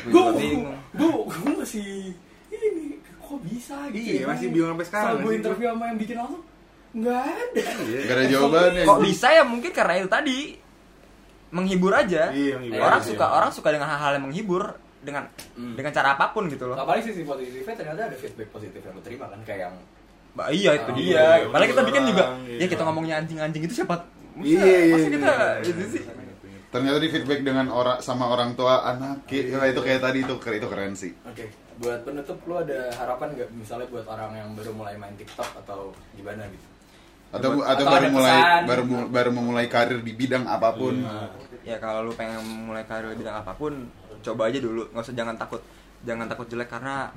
Speaker 1: gue
Speaker 4: Gua juga bingung.
Speaker 1: gue gue masih ini kok bisa gitu
Speaker 5: Iya,
Speaker 1: ya?
Speaker 5: masih bingung sampai sekarang
Speaker 1: Soal gue
Speaker 5: masih.
Speaker 1: interview sama yang bikin langsung nggak ada
Speaker 3: Gak ada jawabannya.
Speaker 4: kok bisa ya mungkin karena itu tadi menghibur aja
Speaker 5: Iya, menghibur.
Speaker 4: orang
Speaker 2: Iya,
Speaker 4: suka
Speaker 2: iya.
Speaker 4: orang suka dengan hal-hal yang menghibur dengan
Speaker 1: Hmm.
Speaker 4: dengan cara apapun gitu loh
Speaker 1: apalagi sisi positifnya ternyata ada feedback positif yang lo terima kan kayak yang
Speaker 4: Bah, iya itu
Speaker 5: Ah,
Speaker 4: dia
Speaker 5: iya,
Speaker 4: malah kita
Speaker 5: orang,
Speaker 4: bikin juga
Speaker 5: iya.
Speaker 4: ya kita ngomongnya anjing-anjing itu siapa Masa-
Speaker 5: Iya, iya,
Speaker 4: masa kita
Speaker 5: iya.
Speaker 4: itu sih
Speaker 3: Ternyata di feedback dengan orang sama orang tua anak ki- Wah, itu kayak tadi itu keren itu keren sih.
Speaker 1: Oke, buat penutup lu ada harapan nggak misalnya buat orang yang baru mulai main TikTok atau gimana gitu? Atau
Speaker 3: Atau atau
Speaker 1: ada
Speaker 3: baru mulai
Speaker 1: pesan.
Speaker 3: baru mu- baru memulai karir di bidang apapun.
Speaker 4: ya kalau lu pengen mulai karir di bidang apapun coba aja dulu nggak usah jangan takut jangan takut jelek karena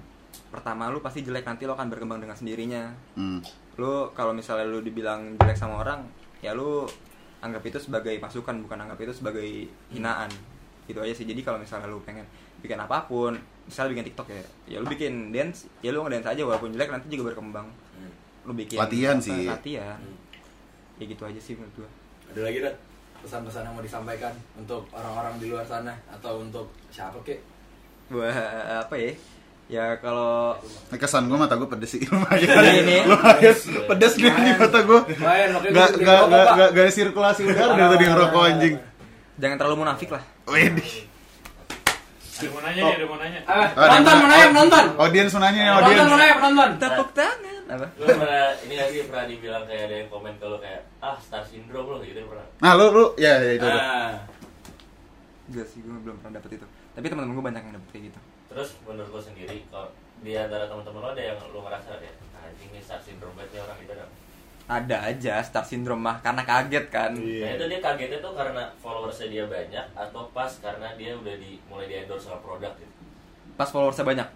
Speaker 4: pertama lu pasti jelek nanti lo akan berkembang dengan sendirinya
Speaker 3: Hmm.
Speaker 4: lu kalau misalnya lu dibilang jelek sama orang ya lu anggap itu sebagai masukan bukan anggap itu sebagai hinaan gitu aja sih jadi kalau misalnya lu pengen bikin apapun misalnya bikin tiktok ya ya lu bikin dance ya lu ngedance aja walaupun jelek nanti juga berkembang
Speaker 1: Hmm.
Speaker 4: lu bikin
Speaker 3: Latihan
Speaker 4: apa,
Speaker 3: sih.
Speaker 4: latihan ya gitu aja sih menurut gua
Speaker 1: Ada lagi Rat? pesan-pesan yang mau disampaikan untuk orang-orang di luar sana atau untuk siapa kek?
Speaker 4: gua apa ya ya kalau
Speaker 3: Nah, kesan gue mata gue pedes sih lumayan.
Speaker 4: Iya, nih.
Speaker 3: lumayan pedes nih di mata gue.
Speaker 1: Main, makanya
Speaker 3: Gak
Speaker 1: gua beli
Speaker 3: gak
Speaker 1: rokok,
Speaker 3: gak
Speaker 1: Pak.
Speaker 3: gak gak ada sirkulasi udara dari tadi ngerokok anjing.
Speaker 4: jangan terlalu munafik lah
Speaker 3: Wedih.
Speaker 2: Ada mau nanya nih, ada mau nanya.
Speaker 1: Ah,
Speaker 3: Oh, ada
Speaker 1: penonton,
Speaker 3: yang-
Speaker 1: mau nanya penonton.
Speaker 3: Audiens mau nanya nih
Speaker 1: Penonton,
Speaker 3: audiens.
Speaker 1: mau nanya penonton.
Speaker 4: tepuk tangan apa
Speaker 6: lu pernah ini gak sih pernah dibilang kayak ada yang komen kalau kayak ah star syndrome lo gitu pernah
Speaker 3: Nah lu lu ya ya itu. itu.
Speaker 1: Ah,
Speaker 4: Gak sih gua belum pernah dapet itu tapi teman-teman gua banyak yang dapet kayak gitu
Speaker 6: terus menurut lo sendiri kalau di antara teman-teman lo ada yang lo ngerasa ada anjing nih star syndrome banget nih orang gitu dong
Speaker 4: ada aja star syndrome mah karena kaget kan
Speaker 5: Iya.
Speaker 6: nah itu dia kagetnya tuh karena followersnya dia banyak atau pas karena dia udah di mulai di endorse sama produk gitu
Speaker 4: pas followersnya banyak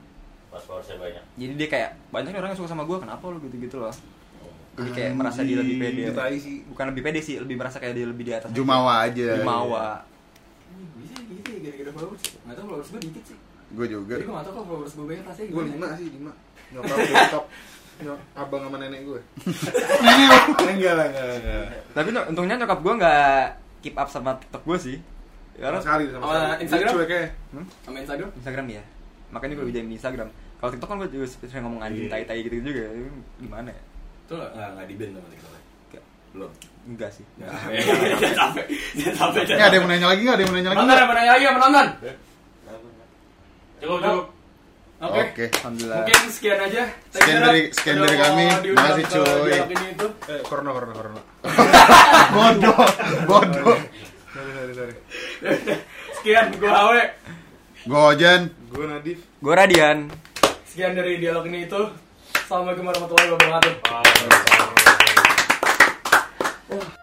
Speaker 6: pas followersnya banyak
Speaker 4: jadi dia kayak banyak nih orang yang suka sama gue kenapa lu gitu gitu loh jadi kayak merasa dia lebih pede
Speaker 5: Itu tai sih. Iya,
Speaker 4: bukan lebih pede sih lebih merasa kayak dia lebih di atas
Speaker 3: Jumawa aja.
Speaker 4: Eh. jumawa
Speaker 1: ini Bisa gitu ya, gara-gara followers. Nggak tahu followers gue dikit sih.
Speaker 3: Gue
Speaker 1: [laughs]
Speaker 3: juga.
Speaker 1: Jadi gue nggak tahu kalau followers gue banyak rasanya
Speaker 5: Gue
Speaker 1: gimana.
Speaker 5: lima sih, lima. Nyokap TikTok. Nyok, abang sama nenek gue.
Speaker 3: Nenek lu.
Speaker 5: enggak lah, enggak lah, enggak lah.
Speaker 4: tapi no- untungnya nyokap gue nggak keep up sama tiktok gue sih
Speaker 5: Sama
Speaker 4: karena
Speaker 5: sekali, sama
Speaker 1: Sama
Speaker 5: sekali.
Speaker 1: Instagram?
Speaker 5: Dia Cueknya.
Speaker 1: Sama Instagram.
Speaker 4: instagram ya makanya gue lebih jamin di instagram kalau tiktok kan gue juga sering ngomong
Speaker 5: Iya.
Speaker 4: anjing tai tai gitu juga gimana ya
Speaker 1: Itu nggak nggak nggak di ban sama TikTok.
Speaker 4: Nggak.
Speaker 1: Belum.
Speaker 4: enggak sih
Speaker 1: Jangan sampai, jangan sampai.
Speaker 3: Ini ada yang mau nanya lagi nggak? Ada yang mau nanya lagi
Speaker 1: Penonton,
Speaker 3: nggak?
Speaker 1: yang mau nanya lagi ya penonton.
Speaker 2: Cukup, cukup.
Speaker 1: Oke.
Speaker 3: Oke. eh,
Speaker 4: alhamdulillah
Speaker 1: Mungkin sekian aja. Thank
Speaker 3: Sekian
Speaker 1: you, Rat.
Speaker 3: dari- sekian
Speaker 1: Udah
Speaker 3: dari
Speaker 1: mau
Speaker 3: kami.
Speaker 1: diundang
Speaker 3: Makasih,
Speaker 1: ke
Speaker 3: cuy.
Speaker 1: dialog ini itu. [laughs]
Speaker 5: Eh, corona, corona, corona.
Speaker 3: Bodoh. Bodoh.
Speaker 5: Sorry, sorry, sorry.
Speaker 1: Sekian gue Awe.
Speaker 3: Gojan.
Speaker 5: Gue Nadif.
Speaker 4: gue radian
Speaker 1: Sekian dari dialog ini itu. Assalamualaikum warahmatullahi wabarakatuh.
Speaker 2: Ah,
Speaker 4: Wah,